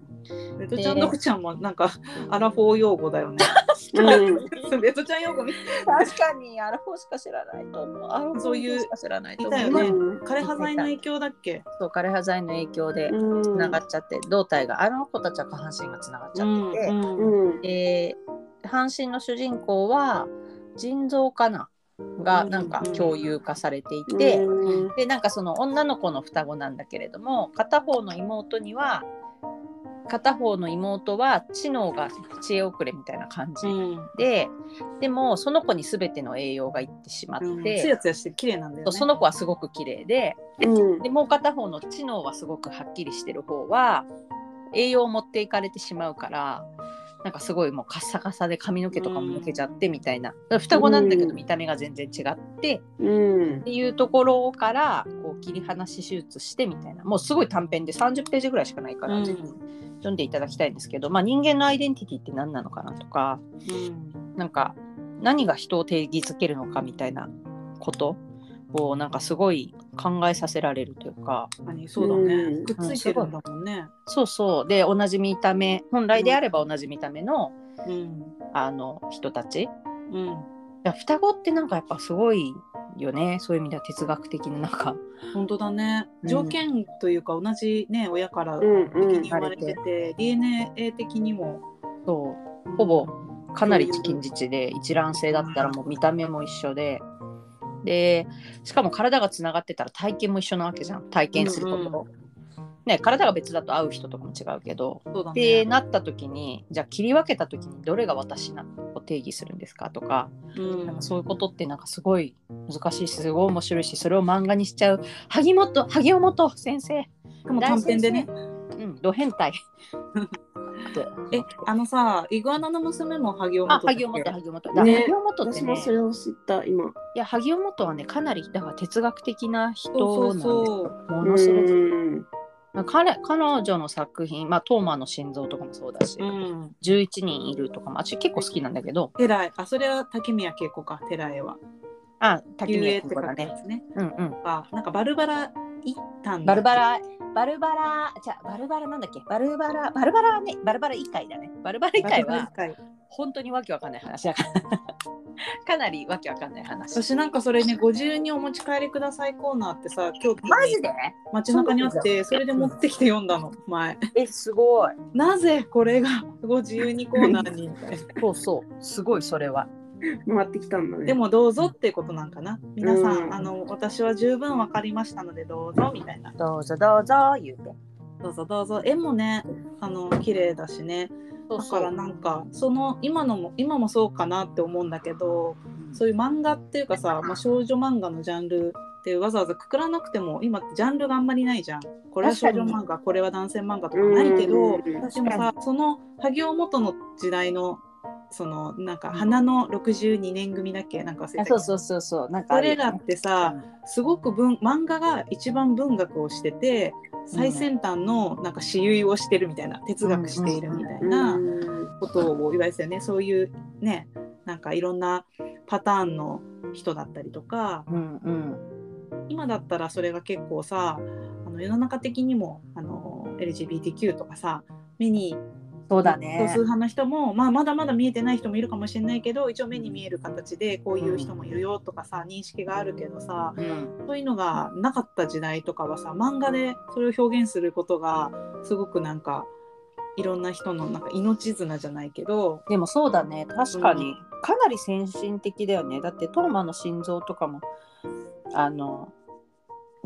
[SPEAKER 3] ベトちゃん、ドクちゃんもなんかアラフォー用語だよね。
[SPEAKER 2] うん、
[SPEAKER 3] ベトちゃん用語み
[SPEAKER 1] 確かにアラフォーしか知らないと思う。アラフォー
[SPEAKER 3] そういう
[SPEAKER 1] しか知らないと
[SPEAKER 3] い
[SPEAKER 1] 思
[SPEAKER 3] たよ
[SPEAKER 1] う。
[SPEAKER 3] ね
[SPEAKER 2] うん
[SPEAKER 3] 枯れ葉剤の影響だっけ？
[SPEAKER 1] そう枯葉剤の影響でつながっちゃって、胴体があの子たちは下半身がつながっちゃってて、
[SPEAKER 3] うん
[SPEAKER 2] うん
[SPEAKER 1] で阪神の主人公は腎臓かながなんか共有化されていて、
[SPEAKER 2] うん
[SPEAKER 1] でなんかその女の子の双子なんだけれども片方の妹には片方の妹は知能が知恵遅れみたいな感じ
[SPEAKER 3] うん。
[SPEAKER 1] で、でもその子に全ての栄養がいってしまって、
[SPEAKER 3] うん、つやつやして綺麗なんだよね。
[SPEAKER 1] その子はすごく綺麗で
[SPEAKER 2] うん
[SPEAKER 1] でもう片方の知能はすごくはっきりしてる方は栄養を持っていかれてしまうからなんかすごいもうカッサカサで髪の毛とかも抜けちゃってみたいな、双子なんだけど見た目が全然違って、
[SPEAKER 2] うん
[SPEAKER 1] っていうところからこう切り離し手術してみたいなもうすごい短編で30ページぐらいしかないから、
[SPEAKER 3] うん
[SPEAKER 1] ぜひ読んでいただきたいんですけど、まあ、人間のアイデンティティって何なのかなとか
[SPEAKER 3] うん。
[SPEAKER 1] なんか何が人を定義づけるのかみたいなことをなんかすごい考えさせられるというか
[SPEAKER 3] 確かにそうだね、
[SPEAKER 2] うん
[SPEAKER 3] くっついてるんだもんね。
[SPEAKER 1] そうそうで同じ見た目本来であれば同じ見た目の,、
[SPEAKER 3] うん。
[SPEAKER 1] あの人たちい
[SPEAKER 3] うん。
[SPEAKER 1] や双子ってなんかやっぱすごいよねそういう意味では哲学的ななんか
[SPEAKER 3] 本当だね。
[SPEAKER 1] うん
[SPEAKER 3] 条件というか同じね親から
[SPEAKER 2] うん
[SPEAKER 3] 的に生まれてて、DNA 的にも
[SPEAKER 1] そう
[SPEAKER 3] うん
[SPEAKER 1] ほぼかなり近似値で一卵性だったらもう見た目も一緒ででしかも体がつながってたら体験も一緒なわけじゃん体験することも、ね、体が別だと会う人とかも違うけど
[SPEAKER 3] そうだ
[SPEAKER 1] って
[SPEAKER 3] ね。
[SPEAKER 1] なった時にじゃあ切り分けた時にどれが私なを定義するんですかとか
[SPEAKER 3] うん
[SPEAKER 1] なんかそういうことってなんかすごい難しいしすごい面白いしそれを漫画にしちゃう萩本萩尾本先生、
[SPEAKER 3] しかも短編でね。
[SPEAKER 1] うん、ド変 態
[SPEAKER 3] えあのさイグアナの娘も萩尾元
[SPEAKER 1] あ
[SPEAKER 3] だっ
[SPEAKER 1] 萩
[SPEAKER 3] け
[SPEAKER 1] 尾元萩尾元だ、
[SPEAKER 2] ね
[SPEAKER 1] 萩尾元って
[SPEAKER 2] 私
[SPEAKER 1] ね
[SPEAKER 2] もそれを知った今。
[SPEAKER 1] いや萩尾元はねかなりだから哲学的な人なん
[SPEAKER 3] そう
[SPEAKER 1] ですよ
[SPEAKER 3] そうそう。
[SPEAKER 1] も
[SPEAKER 2] う
[SPEAKER 1] のすごく
[SPEAKER 2] ん
[SPEAKER 1] まあ彼彼女の作品、まあ、トーマの心臓とかもそうだし、
[SPEAKER 3] うん。
[SPEAKER 1] 11人いるとかも私結構好きなんだけど
[SPEAKER 3] テラエあそれは竹宮恵子かテラエは。
[SPEAKER 1] あ滝
[SPEAKER 3] 遊泳
[SPEAKER 1] 宮
[SPEAKER 3] って
[SPEAKER 1] 子
[SPEAKER 3] 書
[SPEAKER 1] だ
[SPEAKER 3] く
[SPEAKER 1] ね
[SPEAKER 3] やつね。
[SPEAKER 1] うんうん
[SPEAKER 3] あ、なんかバルバラ一旦
[SPEAKER 1] バルバラバルバラじゃあバルバラなんだっけバルバラバルバラはねバルバラ以外だねバルバラ以
[SPEAKER 3] バ
[SPEAKER 1] 外
[SPEAKER 3] ルバラ一
[SPEAKER 1] は
[SPEAKER 3] 回。
[SPEAKER 1] 本当にわけわかんない話だから かなりわけわかんない話
[SPEAKER 3] 私なんかそれね、ご自由にお持ち帰りくださいコーナーってさ、今日
[SPEAKER 1] マジで
[SPEAKER 3] 街中にあって、それで持ってきて読んだの、前。
[SPEAKER 1] えすごい
[SPEAKER 3] なぜこれがご自由にコー ナーにみたいな
[SPEAKER 1] そうそうすごいそれは
[SPEAKER 2] 回ってきたんだね。
[SPEAKER 3] でもどうぞっていうことなんかな。皆さん、
[SPEAKER 2] うん
[SPEAKER 3] あの、私は十分わかりましたのでどうぞみたいな。
[SPEAKER 1] どうぞどうぞ言うて
[SPEAKER 3] どうぞどうぞ。絵もね、あの、綺麗だしね。
[SPEAKER 1] そう
[SPEAKER 3] だ
[SPEAKER 1] そ
[SPEAKER 3] か
[SPEAKER 1] う
[SPEAKER 3] らなんか、その、今のも、今もそうかなって思うんだけど、そういう漫画っていうかさ、まあ、少女漫画のジャンルってわざわざくくらなくても今ってジャンルがあんまりないじゃん。これは少女漫画これは男性漫画とかないけ
[SPEAKER 2] う
[SPEAKER 3] ど
[SPEAKER 2] んうんうん
[SPEAKER 3] でもさその萩尾元の時代のそのなんか花の62年組だっけなんか忘れ
[SPEAKER 1] あ
[SPEAKER 3] たけ
[SPEAKER 1] そ
[SPEAKER 3] ど
[SPEAKER 1] うそうそうそうなんかあ
[SPEAKER 3] そ
[SPEAKER 1] るよ
[SPEAKER 3] れ
[SPEAKER 1] ね
[SPEAKER 3] らってさすごく文漫画が一番文学をしてて最先端のなんか私有をしてるみたいな哲学しているみたいな。
[SPEAKER 2] うん
[SPEAKER 3] ことを言われてたよねそういうねなんかいろんなパターンの人だったりとか
[SPEAKER 1] うんうん
[SPEAKER 3] 今だったらそれが結構さあの世の中的にもあの LGBTQ とかさ目に
[SPEAKER 1] そうだ
[SPEAKER 3] 少
[SPEAKER 1] ね
[SPEAKER 3] 数派の人も、まあ、まだまだ見えてない人もいるかもしれないけど一応目に見える形でこういう人もいるよとかさ認識があるけどさ
[SPEAKER 1] うん
[SPEAKER 3] そういうのがなかった時代とかはさ漫画でそれを表現することがすごくなんかいろんな人のなんか命綱じゃないけど
[SPEAKER 1] でもそうだね確か
[SPEAKER 3] う
[SPEAKER 1] に
[SPEAKER 3] ん
[SPEAKER 1] かなり先進的だよねだってトーマの心臓とかもあの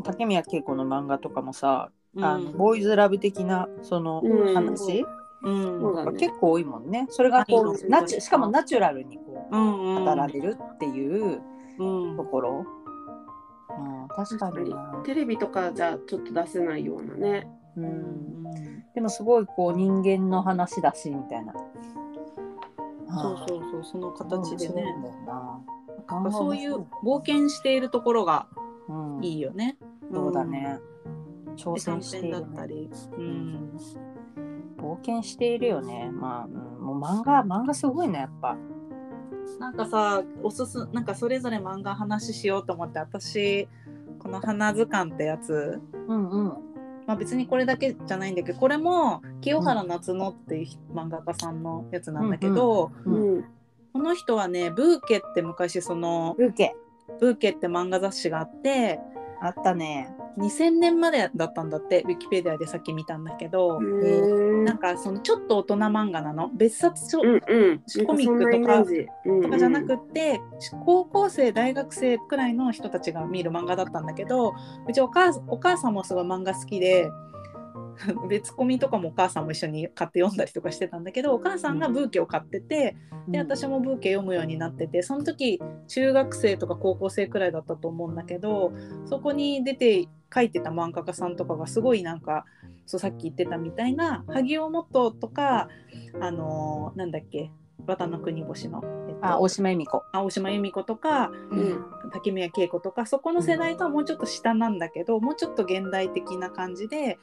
[SPEAKER 1] 竹宮恵子の漫画とかもさ、あのボーイズラブ的なその
[SPEAKER 2] うん
[SPEAKER 1] 話、
[SPEAKER 3] うん
[SPEAKER 2] そうだね
[SPEAKER 1] 結構多いもんねそれがこ
[SPEAKER 3] あいうい
[SPEAKER 1] ナチュしかもナチュラルにこう
[SPEAKER 3] うんうん
[SPEAKER 1] 語られるっていう
[SPEAKER 3] うん
[SPEAKER 1] ところ、うん、確かにな
[SPEAKER 2] テレビとかじゃちょっと出せないようなね。
[SPEAKER 1] う
[SPEAKER 3] うん
[SPEAKER 1] ん、
[SPEAKER 3] うん
[SPEAKER 1] でもすごいこう人間の話だしみたいな。
[SPEAKER 3] そうそうそうその形でね
[SPEAKER 1] うんそうなんだよ
[SPEAKER 3] な
[SPEAKER 1] な。
[SPEAKER 3] んかそういう冒険しているところが
[SPEAKER 1] うん、
[SPEAKER 3] いいよね。
[SPEAKER 1] そうだね。挑戦
[SPEAKER 3] 参
[SPEAKER 1] してい
[SPEAKER 3] 戦だ
[SPEAKER 1] る、
[SPEAKER 3] った
[SPEAKER 1] ね、
[SPEAKER 3] り、うん、
[SPEAKER 1] 冒険しているよね。まあ、うんもう漫画漫画すごいねやっぱ。
[SPEAKER 3] なんかさおすすなんかそれぞれ漫画話しようと思って私この「花図鑑」ってやつ、
[SPEAKER 1] うんうん。
[SPEAKER 3] まあ、別にこれだけじゃないんだけどこれも清原夏乃っていう漫画家さんのやつなんだけど、
[SPEAKER 1] うん
[SPEAKER 2] うん。
[SPEAKER 3] この人はね「ブーケ」って昔その
[SPEAKER 1] ルーケ
[SPEAKER 3] 「ブーケ」って漫画雑誌があって
[SPEAKER 1] あったね。
[SPEAKER 3] 2000年までだったんだってウィキペディアでさっき見たんだけど。
[SPEAKER 2] うん
[SPEAKER 3] なんかそのちょっと大人漫画なの別冊書
[SPEAKER 2] うんうん。
[SPEAKER 3] コミックとかと
[SPEAKER 2] と
[SPEAKER 3] かじゃなくって、高校生大学生くらいの人たちが見る漫画だったんだけどうちお母お母さんもすごい漫画好きで 別コミとかもお母さんも一緒に買って読んだりとかしてたんだけどお母さんがブーケを買ってて、で私もブーケ読むようになっててその時中学生とか高校生くらいだったと思うんだけどそこに出て書いてた漫画家さんとかがすごいなんかそうさっき言ってたみたいな萩尾元とかあのーなんだっけ綿の国星の、えっと
[SPEAKER 1] あ大島恵美子。
[SPEAKER 3] 青島由美子とか
[SPEAKER 2] うん
[SPEAKER 3] 竹宮恵子とかそこの世代とはもうちょっと下なんだけどもうちょっと現代的な感じで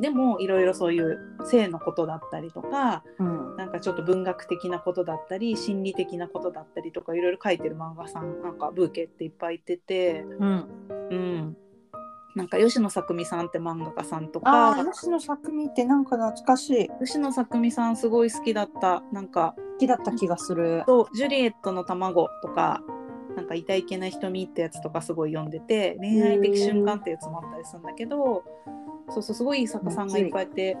[SPEAKER 3] でもいろいろそういう性のことだったりとか
[SPEAKER 1] うん。
[SPEAKER 3] なんかちょっと文学的なことだったり心理的なことだったりとかいろいろ書いてる漫画さんなんかブーケっていっぱいいてて、
[SPEAKER 1] うん。
[SPEAKER 3] うん、なんか吉野作美さんって漫画家さんと
[SPEAKER 1] あ
[SPEAKER 3] か
[SPEAKER 1] あ吉野作美ってなんか懐かしい。好
[SPEAKER 3] 吉野作美さんすごい好きだったなんか
[SPEAKER 1] きだった気がする。
[SPEAKER 3] と「ジュリエットの卵」とか「なんかいたいけない瞳」ってやつとかすごい読んでて恋愛的瞬間ってやつもあったりするんだけどそうそうすごい作家さんがいっぱいいて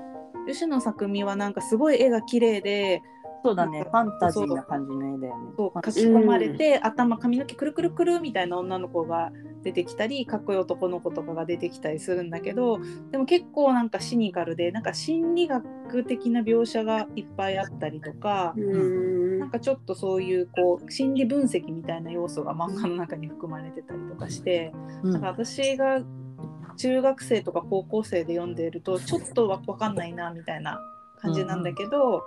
[SPEAKER 3] 吉野作美はなんかすごい絵が綺麗で
[SPEAKER 1] そうだねファンタジーな感じの絵だよね。
[SPEAKER 3] こう書き込まれて頭髪の毛くるくるくるみたいな女の子が出てきたりかっこいい男の子とかが出てきたりするんだけどでも結構なんかシニカルでなんか心理学的な描写がいっぱいあったりとか。
[SPEAKER 2] うん
[SPEAKER 3] なんかちょっとそういうこう心理分析みたいな要素が漫画の中に含まれてたりとかして、
[SPEAKER 1] う
[SPEAKER 3] なんか私が中学生とか高校生で読んでいるとちょっとわ分かんないなみたいな感じなんだけど、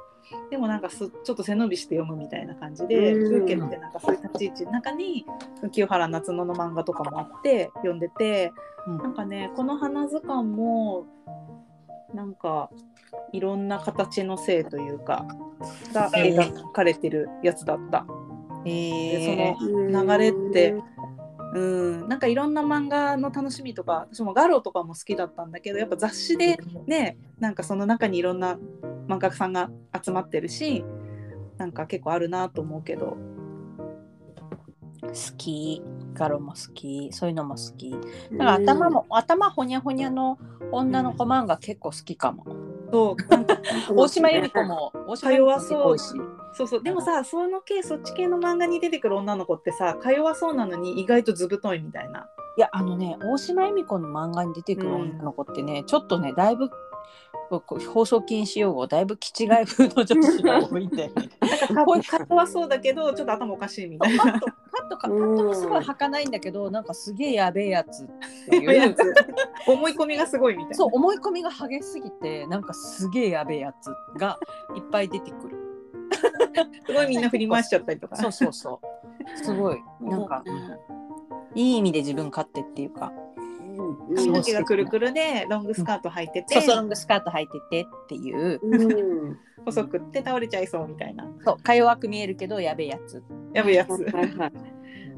[SPEAKER 3] でもなんかすちょっと背伸びして読むみたいな感じで
[SPEAKER 2] うん
[SPEAKER 3] 風景ってなんかそういう立ち位置の中に清原夏野の漫画とかもあって読んでて、
[SPEAKER 1] うん
[SPEAKER 3] なんかねこの「花図鑑」もなんかいろんな形の性というかが描かれてるやつだった。でそ
[SPEAKER 1] え
[SPEAKER 3] の流れってうん、なんかいろんな漫画の楽しみとか私もガロとかも好きだったんだけどやっぱ雑誌でねなんかその中にいろんな漫画家さんが集まってるしなんか結構あるなと思うけど
[SPEAKER 1] ー、好きガロも好きそういうのも好き
[SPEAKER 2] うん
[SPEAKER 1] だから頭も、頭ほにゃほにゃの女の子漫画結構好きかも、
[SPEAKER 3] そうなんか
[SPEAKER 1] 大島由美子も大島由美子結構多いし
[SPEAKER 3] そうそうでもさその系そっち系の漫画に出てくる女の子ってさか弱そうなのに意外と図太いみたいない
[SPEAKER 1] やあのね大島由美子の漫画に出てくる女の子ってね、ちょっとねだいぶこう放送禁止用語だいぶ気違い風の女子が多いんだよ ね。
[SPEAKER 3] かか弱そうだけどちょっと頭おかしいみ
[SPEAKER 1] パ
[SPEAKER 3] たいな。
[SPEAKER 1] ッとパッとかパッともすごい儚いんだけどなんかすげえやべえやつって
[SPEAKER 3] やべえ
[SPEAKER 1] い
[SPEAKER 3] や
[SPEAKER 1] う
[SPEAKER 3] つ思い込みがすごいみたいな。
[SPEAKER 1] そう思い込みが激しすぎてなんかすげえやべえやつがいっぱい出てくる。
[SPEAKER 3] すごいみんな振り回しちゃったりとか。
[SPEAKER 1] そうそう そう。すごい。なんか、いい意味で自分勝手っていうか、
[SPEAKER 2] うん
[SPEAKER 3] 髪の毛がくるくるでロングスカート履いてて、
[SPEAKER 1] そうそうロングスカート履いててっていう、
[SPEAKER 2] うん
[SPEAKER 3] 細くって倒れちゃいそうみたいな
[SPEAKER 1] そうか弱く見えるけどやべえやつ
[SPEAKER 3] やべえや
[SPEAKER 2] はい
[SPEAKER 3] つ
[SPEAKER 2] はいはい。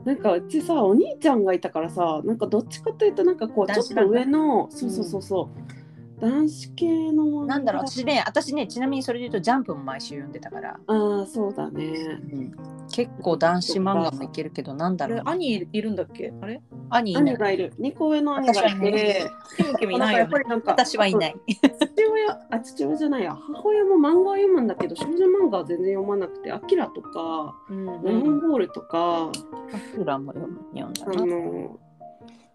[SPEAKER 2] なんかうちさお兄ちゃんがいたからさなんかどっちかというとなんかこうち
[SPEAKER 1] 男
[SPEAKER 2] ょっ
[SPEAKER 1] 子なん
[SPEAKER 2] と
[SPEAKER 1] だ
[SPEAKER 2] 上のそうそうそうそう、男子系の
[SPEAKER 1] なんだろう私ね私ねちなみにそれで言うと「ジャンプ」も毎週読んでたから、
[SPEAKER 2] ああそうだね
[SPEAKER 1] 結構男子漫画もいけるけどなんだ
[SPEAKER 3] あ
[SPEAKER 1] ろ
[SPEAKER 3] れ
[SPEAKER 1] う
[SPEAKER 3] 兄いるんだっけ あれ
[SPEAKER 1] 兄いな
[SPEAKER 2] 兄
[SPEAKER 1] い
[SPEAKER 2] がいる2個上の兄がいて
[SPEAKER 3] キムキムい
[SPEAKER 2] な
[SPEAKER 3] なんい
[SPEAKER 2] かや
[SPEAKER 3] よ
[SPEAKER 2] っ
[SPEAKER 3] ね
[SPEAKER 2] ぱりなんか
[SPEAKER 1] 私はいない
[SPEAKER 2] 父親あ父親じゃないや母親も漫画を読むんだけど少女漫画は全然読まなくて「アキラ」とか
[SPEAKER 3] うん
[SPEAKER 2] 「ドラゴンボール」とか、
[SPEAKER 1] アキラも読む読んだ
[SPEAKER 2] あ
[SPEAKER 1] な、
[SPEAKER 2] の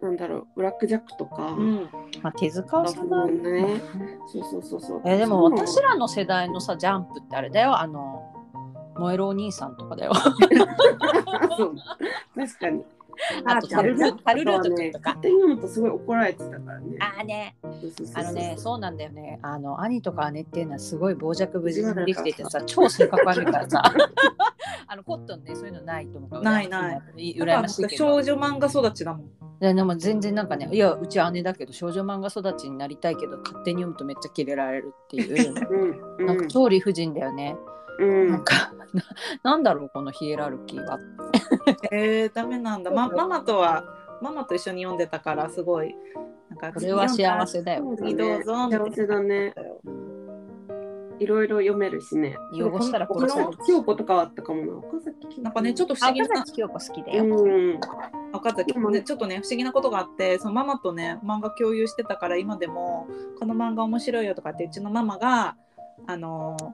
[SPEAKER 2] なんだろう「ブラック・ジャック」とか、
[SPEAKER 3] うん
[SPEAKER 1] まあ、手塚治虫だ
[SPEAKER 2] そうねそうそうそうそう
[SPEAKER 1] えでも
[SPEAKER 2] そういうの
[SPEAKER 1] 私らの世代のさジャンプってあれだよあの燃えるお兄さんとかだよ
[SPEAKER 2] そう確かに。
[SPEAKER 1] あとタルルタルルート君
[SPEAKER 2] ね
[SPEAKER 1] と、か
[SPEAKER 2] 勝手に読むとすごい怒られてたからね。
[SPEAKER 1] ああね
[SPEAKER 2] そうそうそうそう
[SPEAKER 1] あのね、そうなんだよね。あの兄とか姉っていうのはすごい傍若無人にできててさ、超性格悪いからさ。あのコットンね、そういうのないと思うから。。
[SPEAKER 3] ないないだ
[SPEAKER 1] 羨
[SPEAKER 3] か
[SPEAKER 1] ま
[SPEAKER 3] ら
[SPEAKER 1] しいけど。
[SPEAKER 3] 少女漫画育ちだもん
[SPEAKER 1] ででも全然なんかね、いや、うちは姉だけど少女漫画育ちになりたいけど、勝手に読むとめっちゃキレられるっていう。
[SPEAKER 2] うん うん
[SPEAKER 1] なんか超理不尽だよね。
[SPEAKER 2] うん
[SPEAKER 1] なんか な、なんだろう、このヒエラルキーは。
[SPEAKER 3] えー、ダメなんだ、ま、ママとはママと一緒に読んでたからすごいなんか
[SPEAKER 1] これは幸せだよ。
[SPEAKER 2] そうだ
[SPEAKER 3] 次どうぞ
[SPEAKER 2] ね
[SPEAKER 3] みたいな
[SPEAKER 2] 幸せだね。いろいろ読めるしね。
[SPEAKER 1] 汚したら殺される
[SPEAKER 2] 岡。崎京子とかはあったかもな。岡崎京子
[SPEAKER 3] なんかねちょっと不
[SPEAKER 1] あ
[SPEAKER 3] 思議
[SPEAKER 1] 岡
[SPEAKER 3] な
[SPEAKER 1] 崎京子好きだ
[SPEAKER 2] う
[SPEAKER 1] よ。
[SPEAKER 2] ん。
[SPEAKER 3] 赤崎
[SPEAKER 2] でも
[SPEAKER 3] でちょっとね不思議なことがあってそのママとね漫画共有してたから今でも「この漫画面白いよ」とかってうちのママがあのー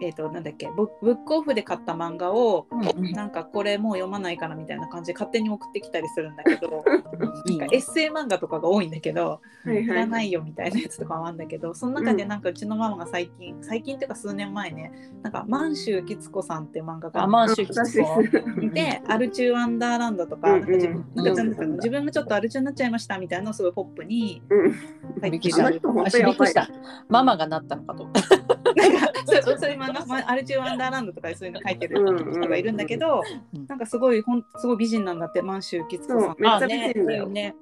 [SPEAKER 3] えっ、となんだっけブブックオフで買った漫画を
[SPEAKER 1] うんうん
[SPEAKER 3] なんかこれもう読まないからみたいな感じで勝手に送ってきたりするんだけど
[SPEAKER 1] いいね
[SPEAKER 3] なんかエッセイ漫画とかが多いんだけど
[SPEAKER 2] はい
[SPEAKER 3] 知
[SPEAKER 2] は
[SPEAKER 3] ら
[SPEAKER 2] い。
[SPEAKER 3] ないよみたいなやつとかもあるんだけどその中でなんかうちのママが最近最近っていうか数年前ねなんか満州きつ子さんっていう漫画が
[SPEAKER 1] あ、満州き
[SPEAKER 2] 私で
[SPEAKER 1] つ
[SPEAKER 2] す。
[SPEAKER 1] 子。
[SPEAKER 3] で、アルチューワンダーランドとか、
[SPEAKER 2] うん
[SPEAKER 3] なんか自分
[SPEAKER 2] うん
[SPEAKER 3] なんかちょっと自分がちょっとアルチューになっちゃいましたみたいなのをすごいポップに
[SPEAKER 2] う
[SPEAKER 1] び
[SPEAKER 2] ん。
[SPEAKER 1] っ
[SPEAKER 3] 最
[SPEAKER 1] くり
[SPEAKER 3] 近
[SPEAKER 1] した
[SPEAKER 2] あの人本当
[SPEAKER 1] び
[SPEAKER 2] や
[SPEAKER 1] っく
[SPEAKER 2] ば
[SPEAKER 1] り
[SPEAKER 2] い
[SPEAKER 1] した。ママがなったのかと思った。
[SPEAKER 3] なんかそうそういう漫画まあアルチューワンダーランドとかでそういうの書いてる人がいるんだけど、
[SPEAKER 1] うんうん
[SPEAKER 3] なんかすごいほんすごい美人なんだって満州きつ
[SPEAKER 2] そ
[SPEAKER 3] こさん
[SPEAKER 2] う。。めっちゃ美
[SPEAKER 1] ね
[SPEAKER 2] 人だよ。
[SPEAKER 1] ね。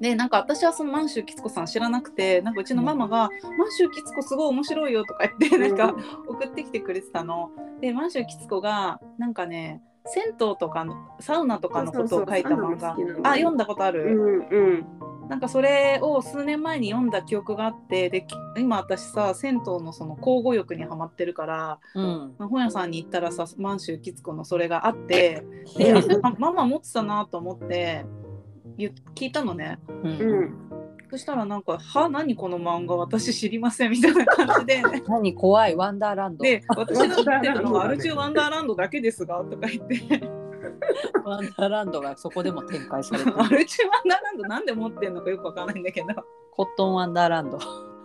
[SPEAKER 3] でなんか私はその満州きつこさん知らなくてなんかうちのママが「満州きつこすごい面白いよ」とか言ってなんか送ってきてくれてたの。で満州きつこがなんかね銭湯とかのサウナとかのことを書いた
[SPEAKER 2] そうそうそ
[SPEAKER 3] 漫画
[SPEAKER 2] うサウナも好きなの
[SPEAKER 3] あ読んだことある、
[SPEAKER 2] うんうん。
[SPEAKER 3] なんかそれを数年前に読んだ記憶があってでき今私さ銭湯のその交互浴にはまってるから
[SPEAKER 1] うん。
[SPEAKER 3] 本屋さんに行ったらさ満州きつ子のそれがあって
[SPEAKER 1] ね
[SPEAKER 3] で
[SPEAKER 2] うん
[SPEAKER 3] あママ持ってたなと思って言っ聞いたのね
[SPEAKER 1] う。
[SPEAKER 2] うんん。
[SPEAKER 3] そしたらなんか「は何この漫画私知りません」みたいな感じで。
[SPEAKER 1] 何怖いワンダーランド。
[SPEAKER 3] で私が知ってるのは「アルチュー・ワンダーランドだけですが」とか言って
[SPEAKER 1] ワンダーランドがそこでも展開
[SPEAKER 3] 「
[SPEAKER 1] されて る
[SPEAKER 3] アルチュー・ワンダーランドなんで持ってんのかよくわかんないんだけど
[SPEAKER 1] コットンワンダーランド。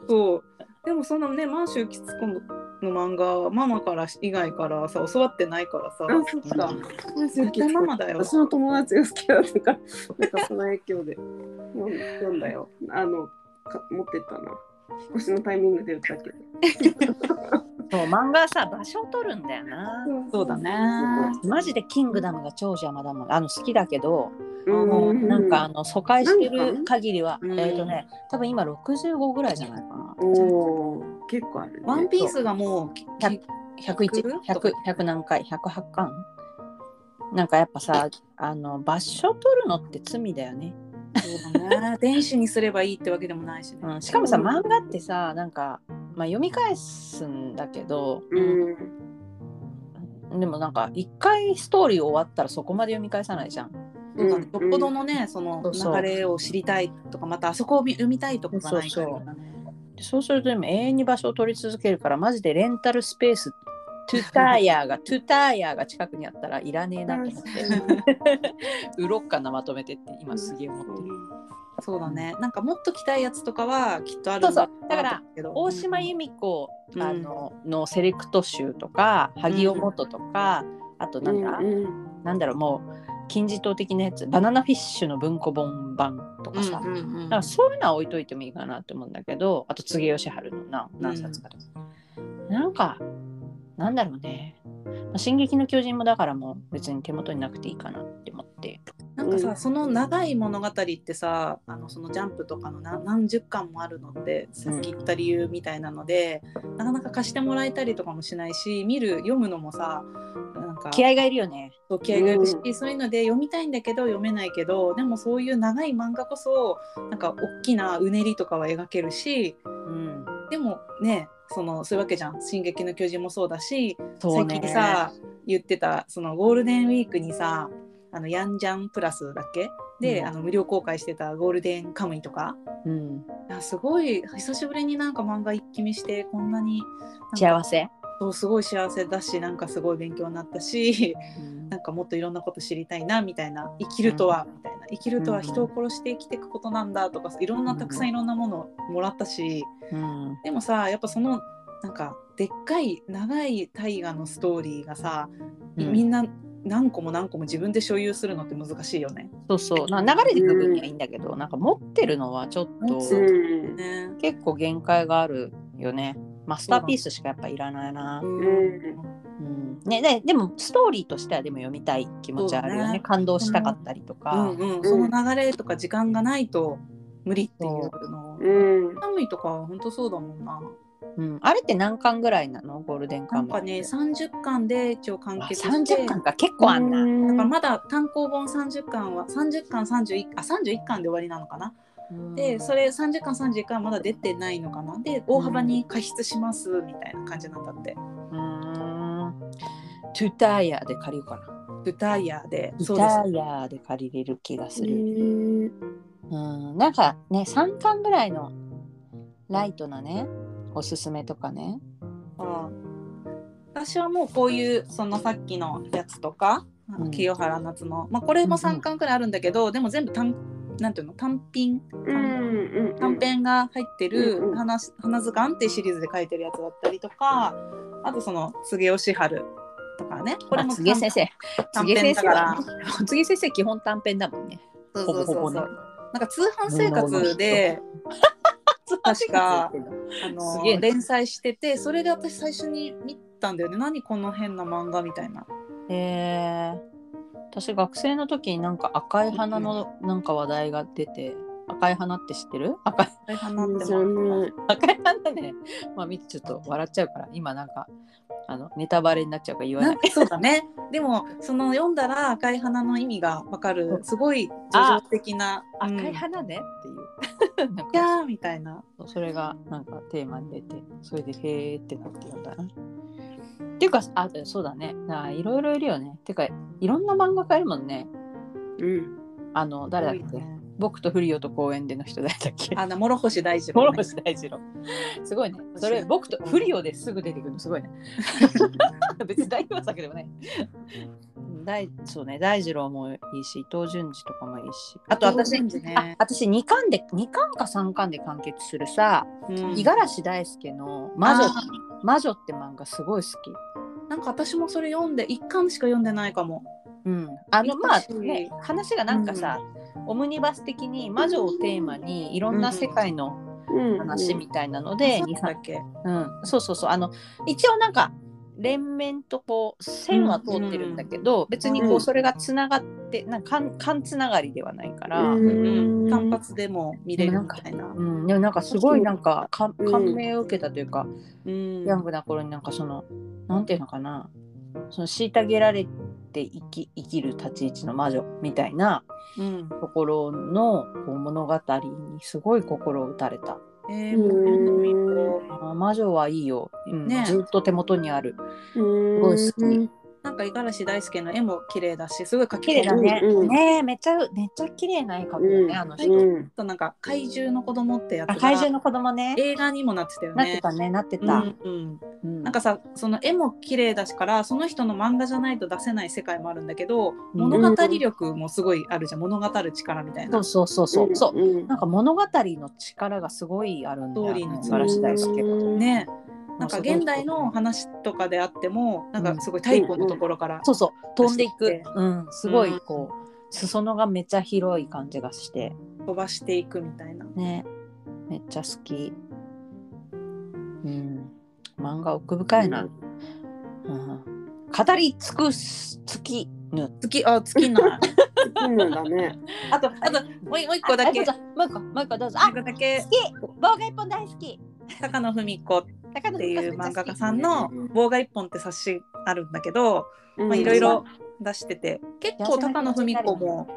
[SPEAKER 3] そうでもそんなね満州きつこの漫画はママから以外からさ教わってないからさ
[SPEAKER 2] あ、そっか。
[SPEAKER 3] 絶対ママだよ
[SPEAKER 2] 私の友達が好きだったから、なんかその影響で読ん読んだよ。あの、か持ってったな。引っ越しのタイミングで言ったけど。
[SPEAKER 1] そう漫画はさ場所を取るんだよな。
[SPEAKER 3] そうだね
[SPEAKER 1] マジでキングダムが超邪魔だもん。あの好きだけど、
[SPEAKER 2] うん。
[SPEAKER 1] もうなんかあ
[SPEAKER 2] か、
[SPEAKER 1] の疎開してる限りは、え
[SPEAKER 3] なんか
[SPEAKER 1] っとね、多分今65ぐらいじゃないかな。
[SPEAKER 2] おお、結構ある、ね。
[SPEAKER 3] ワンピースがもうき
[SPEAKER 1] 100 101、100、100何回、108巻なんかやっぱさ、あの場所取るのって罪だよね。
[SPEAKER 3] そうだね 電子にすればいいってわけでもないしね、
[SPEAKER 1] うん、しかもさ
[SPEAKER 2] うん
[SPEAKER 1] 漫画ってさなんか、まあ、読み返すんだけど、
[SPEAKER 2] うん。
[SPEAKER 1] でもなんか一回ストーリー終わったらそこまで読み返さないじゃん。
[SPEAKER 3] そうだねよっぽどのねその
[SPEAKER 1] そうそう
[SPEAKER 3] 流れを知りたいとかまたあそこを見読みたいとかがないからね
[SPEAKER 1] でそうすると今永遠に場所を取り続けるからマジでレンタルスペーストゥターヤーが トゥターヤーが近くにあったらいらねえなと思って 売ろっかなまとめてって今すげえ思ってる。
[SPEAKER 3] そうだねなんかもっと着たいやつとかはきっとある
[SPEAKER 1] そうそうだから大
[SPEAKER 3] 大
[SPEAKER 1] 島由美子
[SPEAKER 3] うん
[SPEAKER 1] あの,、のセレクト集とか萩尾元とか、あとなんだ、
[SPEAKER 2] うん
[SPEAKER 1] なんだろうもう金字塔的なやつバナナフィッシュの文庫本版と
[SPEAKER 3] う
[SPEAKER 1] か
[SPEAKER 3] ん
[SPEAKER 1] さ、
[SPEAKER 3] うんうん
[SPEAKER 1] なんかそういうのは置いといてもいいかなと思うんだけどあと柘植義春のな何冊かとか、なんかなんだろうね「まあ進撃の巨人」もだからもう別に手元になくていいかなって思って
[SPEAKER 3] なんかさ、
[SPEAKER 2] うん
[SPEAKER 3] その長い物語ってさあのそのジャンプとかの何何十巻もあるのってさっき言った理由みたいなので、なかなか貸してもらえたりとかもしないし見る読むのもさなんか
[SPEAKER 1] 気合がいるよね。
[SPEAKER 3] そう気合がいるし、そういうので読みたいんだけど読めないけどでもそういう長い漫画こそなんか大きなうねりとかは描けるし
[SPEAKER 1] うん。
[SPEAKER 3] でもねそのそういうわけじゃん「進撃の巨人」もそうだし
[SPEAKER 1] そうね
[SPEAKER 3] 最近さ言ってたそのゴールデンウィークにさあのヤンジャンプラスだっけで、
[SPEAKER 1] うん
[SPEAKER 3] あの無料公開してた「ゴールデンカムイ」とか
[SPEAKER 1] うん。
[SPEAKER 3] あすごい久しぶりになんか漫画一気見してこんなに
[SPEAKER 1] 幸せ。
[SPEAKER 3] そうすごい幸せだしなんかすごい勉強になったし
[SPEAKER 1] うん
[SPEAKER 3] なんかもっといろんなこと知りたいなみたいな生きるとは、みたいな生きるとは
[SPEAKER 1] うん
[SPEAKER 3] 人を殺して生きていくことなんだとかいろんなたくさんいろんなものをもらったし、
[SPEAKER 1] うん。
[SPEAKER 3] でもさやっぱそのなんかでっかい長い大河のストーリーがさ、
[SPEAKER 1] うん
[SPEAKER 3] みんな何個も何個も自分で所有するのって難しいよね。
[SPEAKER 1] そうそう。な流れていく分にはいいんだけど、なんか持ってるのはちょっと
[SPEAKER 3] そ
[SPEAKER 2] うん
[SPEAKER 3] ね
[SPEAKER 1] 結構限界があるよね。マスターピースしかやっぱいらないな。うんね、ででもストーリーとしてはでも読みたい気持ちはあるよ
[SPEAKER 3] そう
[SPEAKER 1] ね
[SPEAKER 3] ね
[SPEAKER 1] 感動したかったりと
[SPEAKER 3] う
[SPEAKER 1] か
[SPEAKER 3] ん、うん、その流れとか時間がないと無理っていうのを。
[SPEAKER 2] うん
[SPEAKER 3] カムイとかは本当そうだもんな。
[SPEAKER 1] うんあれって何巻ぐらいなのゴールデン
[SPEAKER 3] な
[SPEAKER 1] カ
[SPEAKER 3] ん
[SPEAKER 1] ムイ
[SPEAKER 3] かね30巻で一応完
[SPEAKER 1] あ
[SPEAKER 3] 結して
[SPEAKER 1] 30巻か結構あんな、
[SPEAKER 3] だからまだ単行本30巻は30巻31あ31巻で終わりなのかな、でそれ30巻31巻はまだ出てないのかなで大幅に加筆しますみたいな感じなんだって、
[SPEAKER 1] うんトゥタイヤで借りようかな
[SPEAKER 3] ブタイヤで
[SPEAKER 1] ト
[SPEAKER 3] そ
[SPEAKER 1] ゥ
[SPEAKER 3] うです
[SPEAKER 1] タイヤで借りれる気がす
[SPEAKER 2] へ
[SPEAKER 1] る、
[SPEAKER 2] ー
[SPEAKER 1] うんなんかね3巻ぐらいのライトなねおすすめとかね
[SPEAKER 3] 私はもうこういうそのさっきのやつとか、あの
[SPEAKER 1] うん
[SPEAKER 3] 清原夏の、まあ、これも3巻くらいあるんだけど、でも全部単なんていうの単品
[SPEAKER 2] うん
[SPEAKER 3] 短編が入って
[SPEAKER 2] うんう
[SPEAKER 3] る
[SPEAKER 2] ん
[SPEAKER 3] 「花し花図鑑」っていうシリーズで書いてるやつだったりとかあとその「柘植義治」とかねこれも
[SPEAKER 1] あ柘植先生
[SPEAKER 3] 短
[SPEAKER 1] 柘
[SPEAKER 3] 編
[SPEAKER 1] 植先生
[SPEAKER 3] だから
[SPEAKER 1] は 柘植先生基本短編だもんね
[SPEAKER 3] そうそう
[SPEAKER 1] ほぼ
[SPEAKER 3] そ
[SPEAKER 1] ほぼ
[SPEAKER 3] うそ
[SPEAKER 1] ね
[SPEAKER 3] うなんか通販生活で 確か あ
[SPEAKER 1] す
[SPEAKER 3] の
[SPEAKER 1] げえ
[SPEAKER 3] 連載しててそれで私最初に見たんだよね何この変な漫画みたいな
[SPEAKER 1] えー、私学生の時になんか赤い花のなんか話題が出て、赤い花って知ってる赤い
[SPEAKER 3] 大変
[SPEAKER 2] う
[SPEAKER 3] なっ
[SPEAKER 2] ん
[SPEAKER 3] て
[SPEAKER 2] 知ら
[SPEAKER 3] も
[SPEAKER 2] ない
[SPEAKER 1] 赤い花ね まあ見てちょっと笑っちゃうから今なんかあのネタバレになっちゃうから言わ
[SPEAKER 3] な
[SPEAKER 1] なんい
[SPEAKER 3] かそうだねでもその読んだら赤い花の意味がわかるすごい叙情的な「うん
[SPEAKER 1] 赤い花ねっていう なん
[SPEAKER 3] いや
[SPEAKER 1] か
[SPEAKER 3] ー」みたいな
[SPEAKER 1] そうそれがなんかテーマに出てそれでへーってなってるんだなっていうかあそうだねあいろいろいるよねてかいろんな漫画家いるもんね
[SPEAKER 2] うん
[SPEAKER 1] あの誰だっけ、
[SPEAKER 3] すごいね
[SPEAKER 1] 僕とフリオと公園での人誰だっけ
[SPEAKER 3] あの諸星大二
[SPEAKER 1] モ
[SPEAKER 3] 郎
[SPEAKER 1] ロ
[SPEAKER 3] ね、
[SPEAKER 1] 星大二郎。すごいね。それ僕とフリオですぐ出てくるのすご いね。別に大名作でもない。大そうね大二郎もいいし伊藤潤二とかもいいし。あと私、あ
[SPEAKER 3] ね、
[SPEAKER 1] 私2巻で二巻か3巻で完結するさ、
[SPEAKER 3] うん
[SPEAKER 1] 五十嵐大輔の魔女
[SPEAKER 3] あ
[SPEAKER 1] 魔女って漫画すごい好き。
[SPEAKER 3] なんか私もそれ読んで一巻しか読んでないかも。
[SPEAKER 1] うん、あの
[SPEAKER 3] いい
[SPEAKER 1] ま
[SPEAKER 3] かし
[SPEAKER 1] あね話がなんかさ、オムニバス的に魔女をテーマにいろんな世界の
[SPEAKER 2] うん
[SPEAKER 1] 話みたいなので、二
[SPEAKER 3] なんだ
[SPEAKER 1] 三
[SPEAKER 3] っけ。
[SPEAKER 1] うん、そうそうそうあの一応なんか連綿とこう線は通ってるんだけど、別にこ
[SPEAKER 2] う
[SPEAKER 1] うんそれがつながってなんか間間つながりではないから、う
[SPEAKER 2] うんん
[SPEAKER 3] うん、単発でも見れるみたいな。
[SPEAKER 1] でもなんかすごいなんかか
[SPEAKER 2] うん
[SPEAKER 1] 感銘を受けたというか、
[SPEAKER 3] うん
[SPEAKER 1] ヤングな頃になんかそのなんていうのかなその虐げられて生き生きる立ち位置の魔女みたいな
[SPEAKER 3] うん。
[SPEAKER 1] ところのこう物語にすごい心を打たれた。
[SPEAKER 3] えー、見よう
[SPEAKER 1] あ魔女はいいよ、うん
[SPEAKER 3] ね
[SPEAKER 1] ずっと手元にある。
[SPEAKER 2] す
[SPEAKER 1] ごい好き
[SPEAKER 3] なんか五十嵐大輔の絵も綺麗だし、すごい描き
[SPEAKER 1] 綺麗だね。
[SPEAKER 2] うんうん
[SPEAKER 1] ねえめっちゃめっちゃ綺麗な絵描くよね、あの人。
[SPEAKER 2] うん
[SPEAKER 3] となんか怪獣の子供ってやつ
[SPEAKER 1] あ
[SPEAKER 3] が
[SPEAKER 1] 怪獣の子供ね。
[SPEAKER 3] 映画にもなってたよ
[SPEAKER 1] なって
[SPEAKER 3] ね。
[SPEAKER 1] たね、なって
[SPEAKER 3] う
[SPEAKER 1] た。
[SPEAKER 3] ん、うん。
[SPEAKER 1] うん
[SPEAKER 3] なんかさ、その絵も綺麗だしから、その人の漫画じゃないと出せない世界もあるんだけど、
[SPEAKER 1] うん
[SPEAKER 3] 物語力もすごいあるじゃん。物語る力みたい
[SPEAKER 1] そ
[SPEAKER 3] な
[SPEAKER 1] う。そうそうそう、
[SPEAKER 2] ん
[SPEAKER 1] そう。
[SPEAKER 2] うん
[SPEAKER 1] なんか物語の力がすごいあるんだよ、
[SPEAKER 3] ストーリーの
[SPEAKER 1] ね。素晴
[SPEAKER 3] 力
[SPEAKER 1] らしい大好き。
[SPEAKER 3] ね。なんか現代の話とかであってもなんかすごい太古のところから、
[SPEAKER 1] そうそう飛んでい
[SPEAKER 3] 出
[SPEAKER 1] く
[SPEAKER 3] してき。
[SPEAKER 1] うんすご
[SPEAKER 3] うん
[SPEAKER 1] いこう裾野がめっちゃ広い感じがして
[SPEAKER 3] 飛ばしていくみたいな。
[SPEAKER 1] ねめっちゃ好き。うん漫画奥深いな。うん語り尽くす尽きぬ。
[SPEAKER 3] 月あ月ない。
[SPEAKER 2] そうなんだね。
[SPEAKER 3] あと、あと、もういもう一個だけ。
[SPEAKER 1] あ
[SPEAKER 3] もう
[SPEAKER 1] もう一個、もう一個どうぞ。
[SPEAKER 3] 一
[SPEAKER 1] あ、
[SPEAKER 3] 個だけ
[SPEAKER 1] 好、き。棒が一本大好き。
[SPEAKER 3] 高野文子っ
[SPEAKER 1] 高野
[SPEAKER 3] ていう漫画家さん
[SPEAKER 2] う
[SPEAKER 3] の
[SPEAKER 2] ん
[SPEAKER 3] 「棒が一本」って冊子あるんだけど、
[SPEAKER 2] ま
[SPEAKER 3] まあ、いろいろ出してて結構高野文子も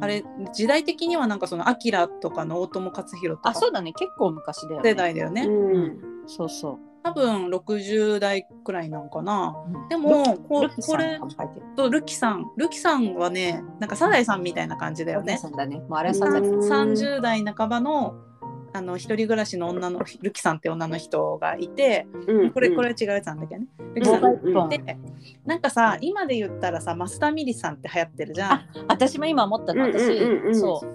[SPEAKER 3] あれ時代的にはなんかその「アキラとかの大友克洋と
[SPEAKER 1] あ、
[SPEAKER 3] か
[SPEAKER 1] そうだね。結構昔だよ、ね。
[SPEAKER 3] 世代だよね、
[SPEAKER 2] うん。
[SPEAKER 1] そうそう。
[SPEAKER 3] 多分60代くらいなんかな
[SPEAKER 1] うん
[SPEAKER 3] でもこ
[SPEAKER 1] ルッキーさ
[SPEAKER 3] こ
[SPEAKER 1] んが
[SPEAKER 3] れ
[SPEAKER 1] 書いてる
[SPEAKER 3] とルキさんルキさんはねなんかサザエさんみたいな感じだよ
[SPEAKER 1] ルキー
[SPEAKER 3] ね
[SPEAKER 1] さんだね。もうあれはサザエさん。
[SPEAKER 3] 30代半ばのあの一人暮らしの女のルキさんって女の人がいてこれこれは違うやつなんだけどね、ルキさ
[SPEAKER 1] 棒
[SPEAKER 3] ん
[SPEAKER 1] が一本。
[SPEAKER 3] でなんかさ今で言ったらさ増田ミリさんって流行ってるじゃ
[SPEAKER 1] あ
[SPEAKER 3] ん。、
[SPEAKER 1] 私も今思ったの。私、
[SPEAKER 2] うんうんうんうん
[SPEAKER 1] そう。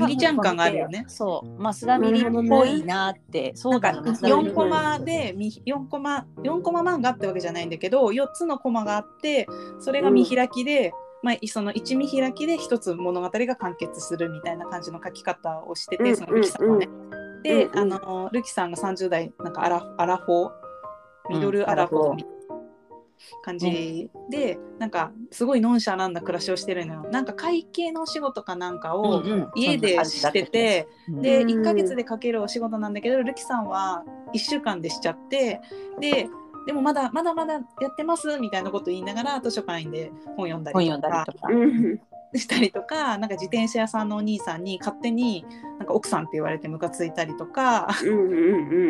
[SPEAKER 3] ミリちゃん感があるよね
[SPEAKER 1] そう、マスダミリっぽいなって、そ
[SPEAKER 3] な
[SPEAKER 1] うん
[SPEAKER 3] か
[SPEAKER 1] だね。
[SPEAKER 3] 4コマでみ4コマ4コマ漫画ってわけじゃないんだけど4つのコマがあってそれが見開きで、まあ、その1見開きで1つ物語が完結するみたいな感じの書き方をして
[SPEAKER 2] うん
[SPEAKER 3] てそのルキさんはね。で、
[SPEAKER 2] うんうん
[SPEAKER 3] あのルキさんが30代なんかアラアラフォーミドルアラフォーみたいな感じで、なんかすごいノンシャランな暮らしをしてるのよ。なんか会計のお仕事かなんかを家でしてて、
[SPEAKER 1] うん、
[SPEAKER 3] で
[SPEAKER 2] うん
[SPEAKER 3] 1ヶ月でかけるお仕事なんだけどるきさんは1週間でしちゃってででもまだまだまだやってますみたいなこと言いながら図書館で本読んだ
[SPEAKER 1] 本
[SPEAKER 3] り
[SPEAKER 1] 読
[SPEAKER 3] と
[SPEAKER 1] んだ
[SPEAKER 3] か
[SPEAKER 1] りとか。
[SPEAKER 2] うん。
[SPEAKER 3] したりとかなんか自転車屋さんのお兄さんに勝手になんか奥さんって言われてムカついたりとか
[SPEAKER 2] うんうんう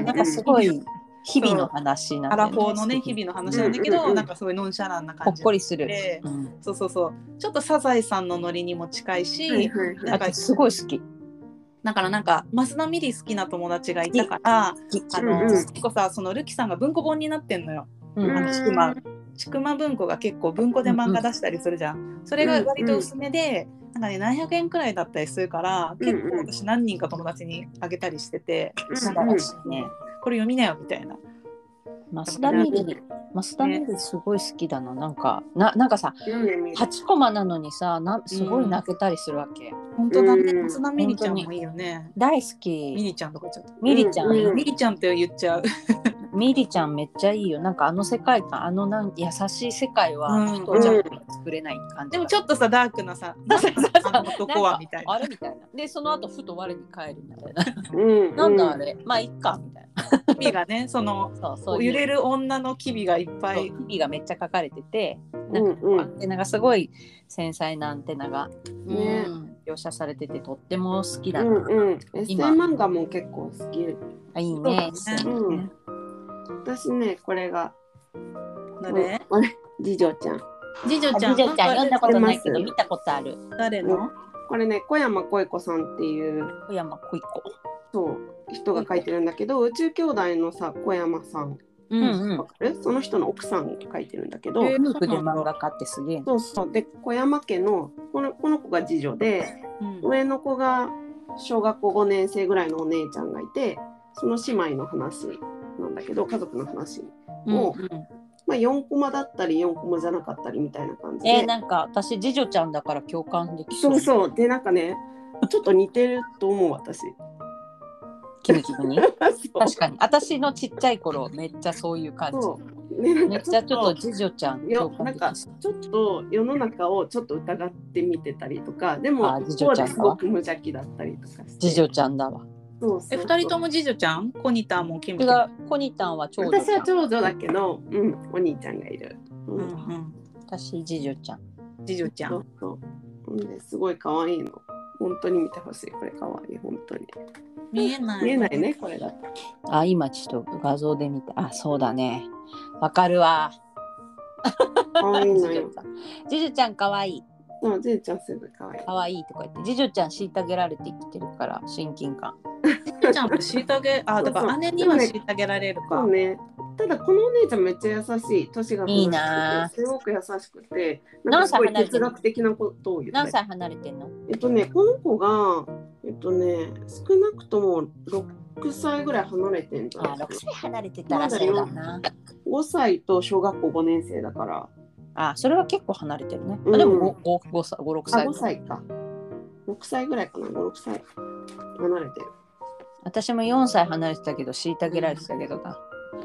[SPEAKER 2] ん。
[SPEAKER 1] なんかすごい日々の話なん
[SPEAKER 3] ア
[SPEAKER 1] だよ
[SPEAKER 3] ラフォーのね日々の話なんだけ
[SPEAKER 2] うんうんう
[SPEAKER 3] ど
[SPEAKER 2] ん
[SPEAKER 3] なんかすごいノンシャランな
[SPEAKER 1] ほ
[SPEAKER 3] 感
[SPEAKER 1] っ
[SPEAKER 3] じ
[SPEAKER 1] こりする。
[SPEAKER 3] で
[SPEAKER 1] うん
[SPEAKER 3] そうそうそうちょっとサザエさんのノリにも近いし、
[SPEAKER 2] はいはいはい
[SPEAKER 3] なんか
[SPEAKER 1] 私すごい好き。
[SPEAKER 3] だからなんか増田ミリ好きな友達がいたから。あの、
[SPEAKER 2] うんうん
[SPEAKER 3] 結構さそのルキさんが文庫本になってんのよ。
[SPEAKER 1] うん
[SPEAKER 3] あ
[SPEAKER 2] うん
[SPEAKER 3] のちくまちくま文庫が結構文庫で漫画出したりするじゃん。それが割と薄めで、なんかね何百円くらいだったりするから
[SPEAKER 2] うんう
[SPEAKER 3] 結
[SPEAKER 2] ん
[SPEAKER 3] 構私何人か友達にあげたりしてて、
[SPEAKER 1] 素
[SPEAKER 2] うん
[SPEAKER 1] 晴らしいね。
[SPEAKER 3] これ読みなよみたいな。
[SPEAKER 1] 増田ミリ、増田ミリすごい好きだな。なんか、ななんかさ、8コマなのにさ、なすごい泣けたりするわけ。
[SPEAKER 3] 本当だね。
[SPEAKER 2] うん
[SPEAKER 3] 松田ミリちゃんもいいよね。
[SPEAKER 1] 大好
[SPEAKER 3] ミ
[SPEAKER 1] き。
[SPEAKER 3] リちゃんとか言っちゃっ
[SPEAKER 1] ミリちゃん、
[SPEAKER 2] うん
[SPEAKER 3] た。ミリちゃんって言っちゃう。
[SPEAKER 1] ミリちゃんめっちゃいいよ。なんかあの世界観、あのなん優しい世界は人じゃ作れない感じ。
[SPEAKER 3] でもちょ
[SPEAKER 1] と
[SPEAKER 3] っとさダークなさ、
[SPEAKER 1] そうそうそう
[SPEAKER 3] あの男はみたいな。
[SPEAKER 1] あれみたいな。で、その後ふと我に返るみたいな。
[SPEAKER 2] うん。
[SPEAKER 1] なんだあ。れ、まあいっかみたいな。
[SPEAKER 3] 君がねその
[SPEAKER 1] そうそ
[SPEAKER 3] 揺
[SPEAKER 1] ういう。
[SPEAKER 3] れる女の機微がいっぱい。
[SPEAKER 1] 日々がめっちゃ書かれてて、
[SPEAKER 2] うんう
[SPEAKER 1] ア
[SPEAKER 2] ん。
[SPEAKER 1] ンテナがすごい繊細なアンテナが
[SPEAKER 2] ね
[SPEAKER 3] うん
[SPEAKER 1] 描写されててとっても好き
[SPEAKER 2] う
[SPEAKER 1] だな。
[SPEAKER 2] んうん。エッセイ漫画も結構好き。
[SPEAKER 1] あいい
[SPEAKER 3] そうだ
[SPEAKER 1] ね
[SPEAKER 3] ね。
[SPEAKER 2] うん私ねこれが。
[SPEAKER 3] 誰？
[SPEAKER 2] あれ次女ちゃん。
[SPEAKER 3] 次女ち
[SPEAKER 1] じ
[SPEAKER 3] ゃん。
[SPEAKER 1] ゃちゃん読んだことないけ
[SPEAKER 2] 知って
[SPEAKER 1] ど
[SPEAKER 2] ます
[SPEAKER 1] 見たことある。
[SPEAKER 3] 誰の？
[SPEAKER 2] これね小山恋子さんっていう
[SPEAKER 1] 小山小い子。
[SPEAKER 2] そう人が書いてるんだけど宇宙兄弟のさ小山さん
[SPEAKER 3] う
[SPEAKER 1] うんうん
[SPEAKER 2] わ。かるその人の奥さんが書いてるんだけど、
[SPEAKER 3] えー
[SPEAKER 1] ミルクで漫画家ってすげえな。
[SPEAKER 2] そうそうで小山家のこのこの子が次女で
[SPEAKER 3] うん
[SPEAKER 2] 上の子が小学校5年生ぐらいのお姉ちゃんがいてその姉妹の話なんだけど家族の話、もまあ、4コマだったり4コマじゃなかったりみたいな感じで、
[SPEAKER 1] えー、なんか私次女ちゃんだから共感でき
[SPEAKER 2] そうそうでなんかねちょっと似てると思う私そう
[SPEAKER 1] キムキムに 確かに私のちっちゃい頃めっちゃそういう感
[SPEAKER 2] そ
[SPEAKER 1] じ
[SPEAKER 2] うねなん
[SPEAKER 1] め
[SPEAKER 2] か
[SPEAKER 1] っちゃち
[SPEAKER 2] ち
[SPEAKER 1] ょ
[SPEAKER 2] ょっ
[SPEAKER 1] っ
[SPEAKER 2] と
[SPEAKER 1] と次女ちゃん
[SPEAKER 2] よ
[SPEAKER 1] 共感
[SPEAKER 2] な
[SPEAKER 1] で
[SPEAKER 2] ん
[SPEAKER 1] き
[SPEAKER 2] か
[SPEAKER 1] ま
[SPEAKER 2] ち
[SPEAKER 1] す
[SPEAKER 2] ょっと世の中をちょっと疑ってみてたりとかで
[SPEAKER 1] あ
[SPEAKER 2] も
[SPEAKER 1] ー次
[SPEAKER 2] こ
[SPEAKER 1] 女ちゃんが
[SPEAKER 2] うですごく無邪気だったりとかして
[SPEAKER 1] 次女ちゃんだわ
[SPEAKER 2] そうそう
[SPEAKER 3] え二人とも次女ちゃん？コニタもキム
[SPEAKER 1] 私
[SPEAKER 3] キム。
[SPEAKER 1] がコニタンは長女
[SPEAKER 2] 私は長女だけど、うん、お兄ちゃんがいる、う
[SPEAKER 3] うんん
[SPEAKER 1] 私次女ちゃん
[SPEAKER 3] うん。次女ちゃ
[SPEAKER 2] そ
[SPEAKER 3] ん
[SPEAKER 2] う。そうほんですごい可愛いの本当に見てほしいこれ可愛い本当に
[SPEAKER 3] 見えない。
[SPEAKER 2] 見えないね。これだと
[SPEAKER 1] あ今ちょっと画像で見たあそうだねわかるわ次
[SPEAKER 2] 可愛いの
[SPEAKER 1] 女
[SPEAKER 2] よ
[SPEAKER 1] ちゃん次女ちゃんかわいい
[SPEAKER 2] そうじいちゃんすぐ可愛い
[SPEAKER 1] かわいいとか言って次女ちゃん虐げられて生きてるから親近感
[SPEAKER 3] 次女ちゃんも虐げあだから姉には虐げられる
[SPEAKER 2] そ
[SPEAKER 3] か
[SPEAKER 2] う。ねただこのお姉ちゃんめっちゃ優しい年が離れてて
[SPEAKER 1] いいなー
[SPEAKER 2] すごく優しくてなんかすごい哲学的なことを言った
[SPEAKER 1] 何
[SPEAKER 2] り
[SPEAKER 1] 歳離れてんの
[SPEAKER 2] えっとね、この子が、えっとね、少なくとも6歳ぐらい離れてんじゃ
[SPEAKER 1] あ
[SPEAKER 2] な
[SPEAKER 1] 6
[SPEAKER 2] いですか
[SPEAKER 1] 歳離れてたらそうだな
[SPEAKER 2] 5歳と小学校5年生だから。
[SPEAKER 1] あそれは結構離れてるね。
[SPEAKER 2] うん
[SPEAKER 1] あでも5、5、5、5 6
[SPEAKER 2] あ、
[SPEAKER 1] 歳
[SPEAKER 2] 5歳か。6歳ぐらいかな、5、6歳。離れてる。
[SPEAKER 1] 私も4歳離れてたけど、虐げられてたけどな。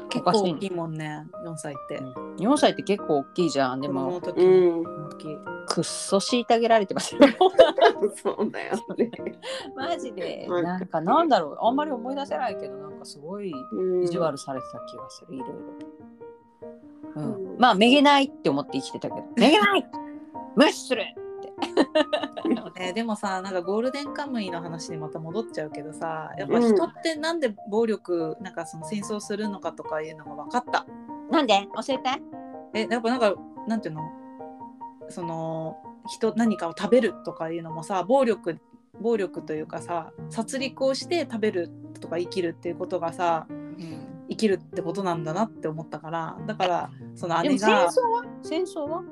[SPEAKER 3] 結構大きいもんね4歳って
[SPEAKER 1] 4歳って結構大きいじゃん。で
[SPEAKER 3] 子供の
[SPEAKER 1] も、
[SPEAKER 3] 時
[SPEAKER 2] う
[SPEAKER 3] も
[SPEAKER 2] ん、
[SPEAKER 3] 大きい、
[SPEAKER 1] くっそ虐げられてます よ。
[SPEAKER 2] そうだよね。
[SPEAKER 1] マジで。
[SPEAKER 2] はい
[SPEAKER 1] なんか、なんだろう。あんまり思い出せないけど、なんかすごい
[SPEAKER 2] うん
[SPEAKER 1] 意地悪されてた気がする。いろいろ。う
[SPEAKER 2] う
[SPEAKER 1] ん、
[SPEAKER 2] ん
[SPEAKER 1] まあ、めげないって思って生きてたけ ど。めげない無視する
[SPEAKER 3] えーでもさなんかゴールデンカムイの話にまた戻っちゃうけどさやっぱ人ってなんで暴力なんかその戦争するのかとかいうのが分かった
[SPEAKER 1] なんで教えて。
[SPEAKER 3] えやっぱなんかなんていうのその人何かを食べるとかいうのもさ暴力暴力というかさ殺戮をして食べるとか生きるっていうことがさ生きるってことなんだなって思ったからだからその
[SPEAKER 1] で
[SPEAKER 3] 姉
[SPEAKER 1] も戦争
[SPEAKER 3] が
[SPEAKER 1] は戦争は
[SPEAKER 3] だか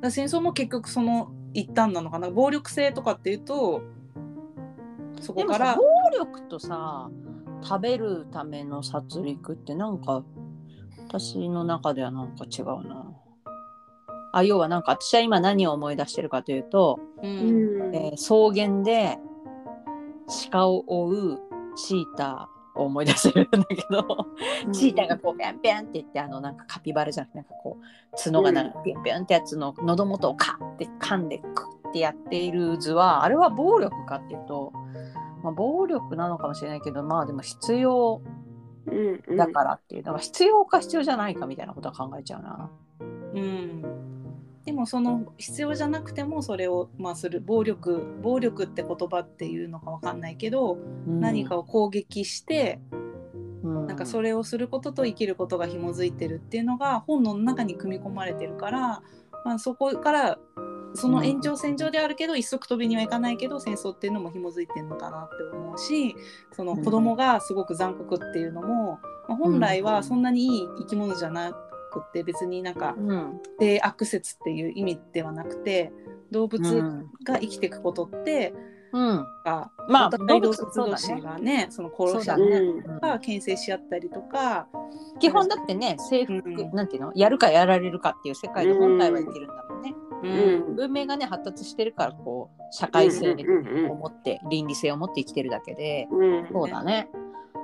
[SPEAKER 3] ら戦争も結局その一端なのかな暴力性とかっていうとそ
[SPEAKER 1] で
[SPEAKER 3] こ
[SPEAKER 1] も
[SPEAKER 3] か
[SPEAKER 1] さ
[SPEAKER 3] ら
[SPEAKER 1] 暴力とさ食べるための殺戮ってなんか私の中ではなんか違うな。あ要はなんか私は今何を思い出してるかというと、
[SPEAKER 3] う
[SPEAKER 2] うんん。
[SPEAKER 1] えー草原で鹿を追うチーターを思い出せるんだけど、チーターがこうピャンピャンって言ってあのなんかカピバラじゃなくてなんかこう角がなんかピャンピャンってやつの喉元をカッて噛んでクッてやっている図はあれは暴力かっていうと、まあ、暴力なのかもしれないけどまあでも必要
[SPEAKER 2] うんうん
[SPEAKER 1] だからっていうのが必要か必要じゃないかみたいなことは考えちゃうな。
[SPEAKER 3] うん、でもその必要じゃなくてもそれを、まあ、する暴力暴力って言葉っていうのかわかんないけど、
[SPEAKER 1] うん
[SPEAKER 3] 何かを攻撃して
[SPEAKER 1] うん
[SPEAKER 3] なんかそれをすることと生きることが紐づいてるっていうのが本能の中に組み込まれてるから、まあ、そこからその延長線上であるけど一足飛びにはいかないけど戦争っていうのも紐づいてるのかなって思うしその子供がすごく残酷っていうのも、まあ、本来はそんなにいい生き物じゃなくって別になんか
[SPEAKER 1] うん
[SPEAKER 3] 低悪説っていう意味ではなくて動
[SPEAKER 1] う
[SPEAKER 3] 物
[SPEAKER 1] ん
[SPEAKER 3] が生きていくことって、
[SPEAKER 1] うん
[SPEAKER 3] あ
[SPEAKER 1] まあ
[SPEAKER 3] お互い動
[SPEAKER 1] 動物
[SPEAKER 3] 物同士がねその殺し合った
[SPEAKER 1] そうだ
[SPEAKER 3] り
[SPEAKER 2] ね
[SPEAKER 3] とか、牽制し合ったりとか、
[SPEAKER 1] 基本だってね制服、
[SPEAKER 3] うん
[SPEAKER 1] なんていうのやるかやられるかっていう世界の本体は生きるんだもんね、
[SPEAKER 3] う
[SPEAKER 2] うんん。
[SPEAKER 1] 文明がね発達してるからこう社会性を持って、倫理性を持って生きてるだけで、
[SPEAKER 2] うん。
[SPEAKER 1] そうだね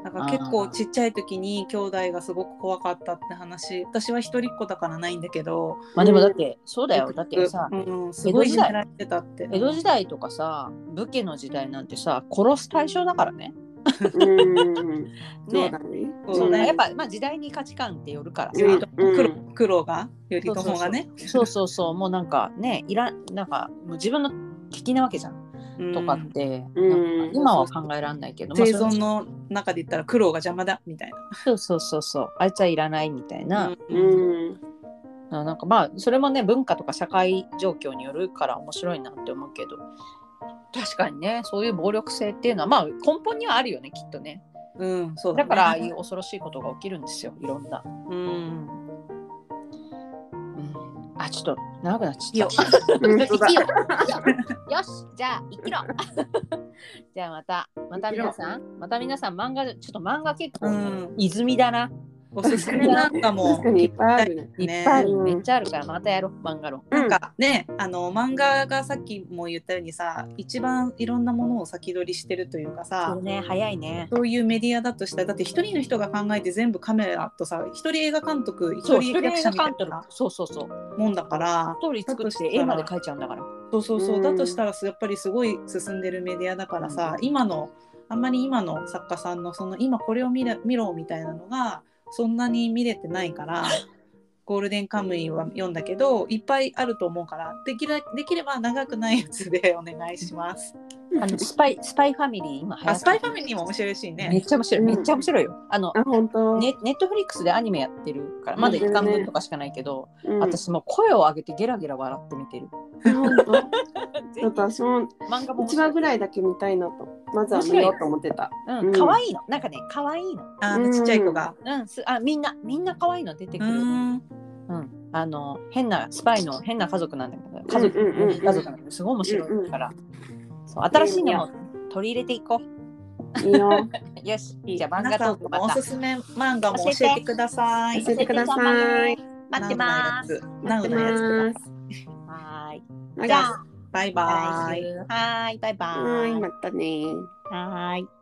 [SPEAKER 3] なんか結構ちっちゃい時に兄弟がすごく怖かったって話私は一人っ子だからないんだけど
[SPEAKER 1] まあでもだってそうだよだってさ
[SPEAKER 3] うん、すごいいじめられてたって
[SPEAKER 1] 江戸時代とかさ武家の時代なんてさ殺す対象だからね
[SPEAKER 2] うん。そう
[SPEAKER 1] ね
[SPEAKER 2] だね。
[SPEAKER 3] そうね
[SPEAKER 1] やっぱ、まあ、時代に価値観ってよるからさ、
[SPEAKER 2] うん
[SPEAKER 3] 黒黒が頼朝がね
[SPEAKER 1] そうそうそうもうなんかねいらんなんかもう自分の敵なわけじゃんとかって、
[SPEAKER 2] うん
[SPEAKER 1] なんか今は考えられないけど、まあ
[SPEAKER 3] 生
[SPEAKER 1] それは
[SPEAKER 3] 存の中で言ったら黒が邪魔だみたい
[SPEAKER 1] そうそうそうそうあいつはいらないみたいな、
[SPEAKER 3] な。
[SPEAKER 2] うん。
[SPEAKER 1] ななんかまあそれもね文化とか社会状況によるから面白いなって思うけど確かにねそういう暴力性っていうのはまあ根本にはあるよねきっとね
[SPEAKER 3] うん、そう
[SPEAKER 1] だ
[SPEAKER 3] ね
[SPEAKER 1] からああいう恐ろしいことが起きるんですよいろんな、
[SPEAKER 3] うん
[SPEAKER 1] うん、あちょっと長くなっ
[SPEAKER 3] いい
[SPEAKER 1] ちゃっ
[SPEAKER 3] よ
[SPEAKER 1] た 生きようよしじゃあ生きろ じゃあまたまた皆さんまた皆さん漫画ちょっと漫画結構、
[SPEAKER 3] うん
[SPEAKER 1] 泉だな
[SPEAKER 3] おすすめなんかも
[SPEAKER 2] 確かにいっぱいあるね。
[SPEAKER 1] いっ
[SPEAKER 3] ね
[SPEAKER 1] ぱいある、
[SPEAKER 2] うん
[SPEAKER 1] めっちゃあるからまたやろう漫画論
[SPEAKER 2] な
[SPEAKER 3] なんかねあの漫画がさっきも言ったようにさ一番いろんなものを先取りしてるというか
[SPEAKER 1] そ
[SPEAKER 3] さ
[SPEAKER 1] うね早いね
[SPEAKER 3] そういうメディアだとしたらだって一人の人が考えて全部カメラとさ一人映画監督一
[SPEAKER 1] そう、
[SPEAKER 3] 人
[SPEAKER 1] 一人
[SPEAKER 3] 役
[SPEAKER 1] 映画
[SPEAKER 3] 者みた
[SPEAKER 1] 監
[SPEAKER 3] い
[SPEAKER 1] 督
[SPEAKER 3] な。
[SPEAKER 1] そうそうそう。
[SPEAKER 3] もんだから
[SPEAKER 1] ストーリー作って絵まで描いちゃうんだから。
[SPEAKER 3] そうそうそううんだとしたらやっぱりすごい進んでるメディアだからさ今のあんまり今の作家さんのその今これを見れ見ろみたいなのがそんなに見れてな いから。ゴールデンカムイは読んだけどいっぱいあると思うからできるできれば長くないやつでお願いします。
[SPEAKER 1] あのスパイスパイファミリー今流行
[SPEAKER 3] あ
[SPEAKER 1] ってる
[SPEAKER 3] スパイファミリーも面白いし
[SPEAKER 1] め
[SPEAKER 3] ね
[SPEAKER 1] っ。ちゃ面白い、
[SPEAKER 2] うん
[SPEAKER 1] めっちゃ面白いよ。あの
[SPEAKER 2] あ、本当。
[SPEAKER 1] ネネットフリックスでアニメやってるからまだ一巻分とかしかないけど、
[SPEAKER 2] うん。
[SPEAKER 1] 私もう声を上げてゲラゲラ笑って見てる。
[SPEAKER 2] 本当。
[SPEAKER 1] ぜ
[SPEAKER 2] ちょっと私も
[SPEAKER 1] ひ漫画も面
[SPEAKER 2] 一
[SPEAKER 1] 白
[SPEAKER 2] 話
[SPEAKER 1] い
[SPEAKER 2] ぐらいだけ見たいなと。まずは見ようと思ってた。
[SPEAKER 1] う
[SPEAKER 2] うんん
[SPEAKER 1] 可愛いのなんかね可愛いの。
[SPEAKER 3] あ
[SPEAKER 2] う
[SPEAKER 3] の
[SPEAKER 2] ん
[SPEAKER 3] ちっちゃい子が。
[SPEAKER 1] うんすあみんなみんな可愛いの出て
[SPEAKER 3] う
[SPEAKER 1] くる。
[SPEAKER 3] ん。
[SPEAKER 1] うん、あの変なスパイの変な家族なんだけど家族、
[SPEAKER 2] うんうんうんうん
[SPEAKER 1] 家族なんだけどすごい面白いから、そう新しいのも取り入れていこう。
[SPEAKER 2] いいよ。
[SPEAKER 1] よしじゃあ漫
[SPEAKER 3] 皆
[SPEAKER 1] 画
[SPEAKER 3] さ
[SPEAKER 1] ト
[SPEAKER 3] ん
[SPEAKER 1] ーク
[SPEAKER 3] の
[SPEAKER 1] ま
[SPEAKER 3] お
[SPEAKER 1] た
[SPEAKER 3] す。すめ漫画も教えてください
[SPEAKER 2] 教。えてください。
[SPEAKER 1] 待ってます。
[SPEAKER 3] ナウのやつ。ナウのやつとか。
[SPEAKER 1] はーい。
[SPEAKER 2] じ
[SPEAKER 1] じゃあ、
[SPEAKER 3] バイバ
[SPEAKER 1] 来
[SPEAKER 3] イ
[SPEAKER 1] 週。。はーい、バイバ
[SPEAKER 2] はーい、
[SPEAKER 1] ーイ。
[SPEAKER 2] またねー。
[SPEAKER 1] はーい。